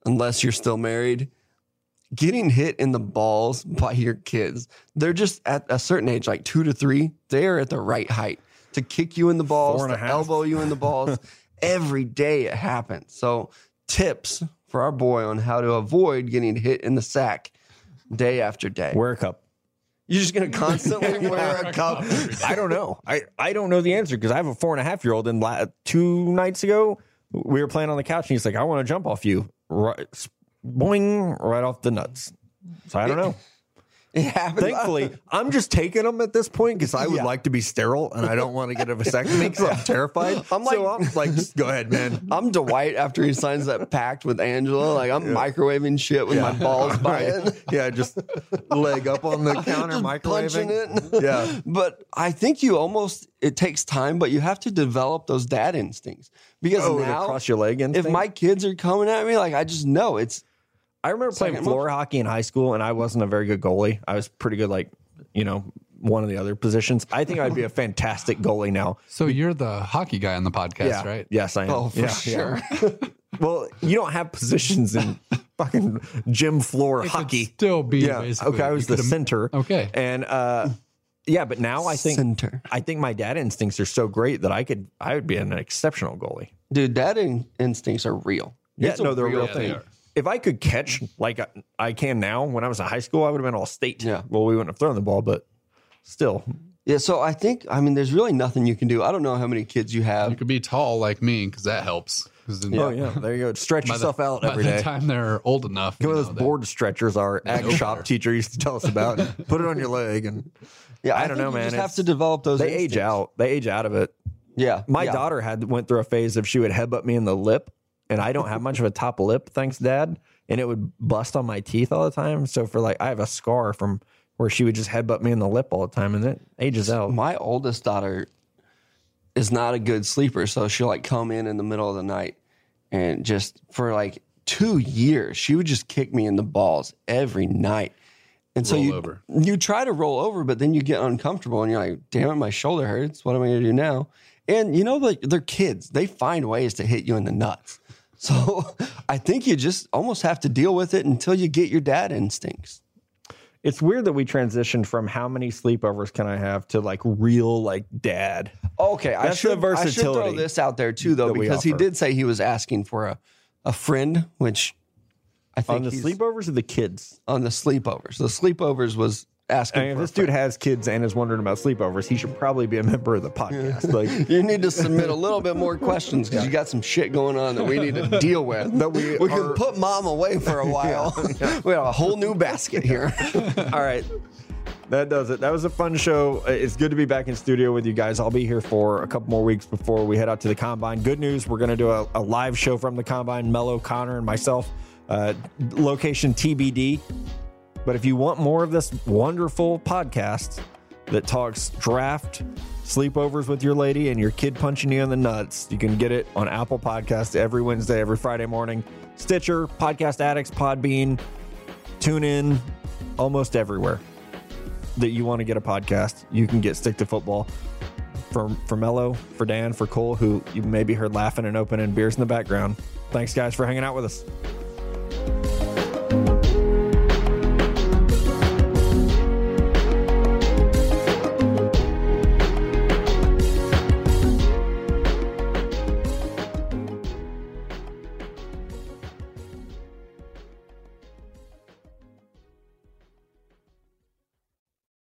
Speaker 2: unless you're still married. Getting hit in the balls by your kids. They're just at a certain age, like two to three, they're at the right height to kick you in the balls,
Speaker 1: Four and a
Speaker 2: to
Speaker 1: half.
Speaker 2: elbow you in
Speaker 1: (laughs)
Speaker 2: the balls. Every day it happens. So, tips for our boy on how to avoid getting hit in the sack day after day.
Speaker 1: Wear a cup.
Speaker 2: You're just gonna constantly
Speaker 1: (laughs)
Speaker 2: wear a cup.
Speaker 1: I don't know. I, I don't know the answer because I have a four and a half year old. And la- two nights ago, we were playing on the couch and he's like, I want to jump off you. Right, boing, right off the nuts. So I
Speaker 5: (laughs)
Speaker 1: don't know.
Speaker 2: (laughs) It happens.
Speaker 1: Thankfully,
Speaker 5: I'm just taking them at this point because I would
Speaker 1: Yeah.
Speaker 5: like to be sterile and I don't want to get a vasectomy because
Speaker 1: (laughs)
Speaker 5: I'm terrified.
Speaker 2: I'm
Speaker 5: so
Speaker 2: like-
Speaker 5: I'm like, just go ahead, man.
Speaker 2: I'm Dwight after he signs that pact with Angela. Like I'm microwaving shit with my balls by it.
Speaker 5: (laughs) Yeah, just leg up on
Speaker 1: (laughs)
Speaker 5: the counter,
Speaker 2: Just punching
Speaker 5: microwaving.
Speaker 2: it.
Speaker 5: Yeah.
Speaker 2: But I think you almost it takes time, but you have to develop those dad instincts because
Speaker 1: oh, to
Speaker 2: now
Speaker 1: cross your leg and
Speaker 2: if my kids are coming at me, like I just know it's
Speaker 1: I remember playing
Speaker 2: Second
Speaker 1: floor hockey in high school, and I wasn't a very good goalie. I was pretty good, like you know, one of the other positions. I think I'd be a fantastic goalie now.
Speaker 3: So you're the hockey guy on the podcast,
Speaker 1: yeah,
Speaker 3: right?
Speaker 1: Yes, I am.
Speaker 2: oh for
Speaker 1: yeah,
Speaker 2: sure.
Speaker 1: yeah. Well, you don't have positions in fucking gym floor hockey.
Speaker 3: Still be
Speaker 1: yeah.
Speaker 3: basically.
Speaker 1: Okay, I was
Speaker 3: you
Speaker 1: the
Speaker 3: could've-
Speaker 1: center.
Speaker 3: Okay.
Speaker 1: and uh, yeah, but now I think
Speaker 2: Center.
Speaker 1: I think my dad instincts are so great that I could I would be an exceptional goalie.
Speaker 2: Dude, dad in- instincts are real.
Speaker 1: Yeah,
Speaker 2: It's
Speaker 1: no, they're a real
Speaker 3: Yeah,
Speaker 1: thing.
Speaker 3: they are.
Speaker 1: If I could catch like I, I can now, when I was in high school, I would have been all state.
Speaker 2: Yeah.
Speaker 1: Well, we wouldn't have thrown the ball, but still,
Speaker 2: Yeah, so I think I mean there's really nothing you can do. I don't know how many kids you
Speaker 3: You
Speaker 2: have.
Speaker 3: could be tall like me because that helps. 'Cause then
Speaker 1: Oh yeah, there you go. Stretch
Speaker 3: by the-
Speaker 1: yourself out every
Speaker 3: by
Speaker 1: day.
Speaker 3: the time they're old enough,
Speaker 1: Go
Speaker 3: you
Speaker 1: to
Speaker 3: know,
Speaker 1: those
Speaker 3: that-
Speaker 1: board stretchers our ag shop teacher used to tell us about.
Speaker 5: Put it on your leg and
Speaker 2: Yeah,
Speaker 1: I don't
Speaker 2: think
Speaker 1: know,
Speaker 2: you
Speaker 1: man.
Speaker 2: Just
Speaker 1: It's-
Speaker 2: have to develop
Speaker 1: (laughs)
Speaker 2: those.
Speaker 1: They age
Speaker 2: instincts.
Speaker 1: out. They age out of it.
Speaker 2: Yeah,
Speaker 1: My
Speaker 2: yeah.
Speaker 1: daughter had went through a phase of she would headbutt me in the lip, and I don't have much of a top lip, thanks, Dad. And it would bust on my teeth all the time. So for like, I have a scar from where she would just headbutt me in the lip all the time, and it ages out.
Speaker 2: my oldest daughter is not a good sleeper, so she'll like come in in the middle of the night and just for like two years she would just kick me in the balls every night. And so
Speaker 3: Roll
Speaker 2: you
Speaker 3: over.
Speaker 2: you try to roll over, but then you get uncomfortable and you're like, "Damn it, my shoulder hurts. What am I going to do now?" And you know, like they're kids; they find ways to hit you in the nuts. (laughs) So I think you just almost have to deal with it until you get your dad instincts.
Speaker 1: It's weird that we transitioned from how many sleepovers can I have to like real like dad.
Speaker 2: Okay, I
Speaker 1: That's the
Speaker 2: should I should throw
Speaker 1: versatility
Speaker 2: this out there too, though,
Speaker 1: that we
Speaker 2: because he
Speaker 1: offer.
Speaker 2: did say he was asking for a, a friend, which I think
Speaker 1: On the
Speaker 2: he's-
Speaker 1: sleepovers of the kids.
Speaker 2: on the sleepovers. The sleepovers was asking.
Speaker 1: I mean, if
Speaker 2: for
Speaker 1: this
Speaker 2: a friend.
Speaker 1: dude has kids and is wondering about sleepovers, he should probably be a member (laughs) of the podcast. Like
Speaker 2: You need to submit a little bit more questions because you got some shit going on that we
Speaker 1: (laughs)
Speaker 2: need to deal with.
Speaker 5: that we,
Speaker 2: We
Speaker 5: are,
Speaker 2: can put mom away for a while. we have a whole new basket here. (laughs) All right.
Speaker 1: that does it. That was a fun show. Uh, It's good to be back in studio with you guys. I'll be here for a couple more weeks before we head out to the combine. Good news, we're gonna do a, a live show from the combine. Mello, Connor, and myself. Uh, location TBD. But if you want more of this wonderful podcast that talks draft, sleepovers with your lady, and your kid punching you in the nuts, you can get it on Apple Podcasts every Wednesday, every Friday morning, Stitcher, Podcast Addicts, Podbean, tune in almost everywhere that you want to get a podcast. You can get Stick to Football. For, for Mello, for Dan, for Cole, who you maybe heard laughing and opening beers in the background. Thanks, guys, for hanging out with us.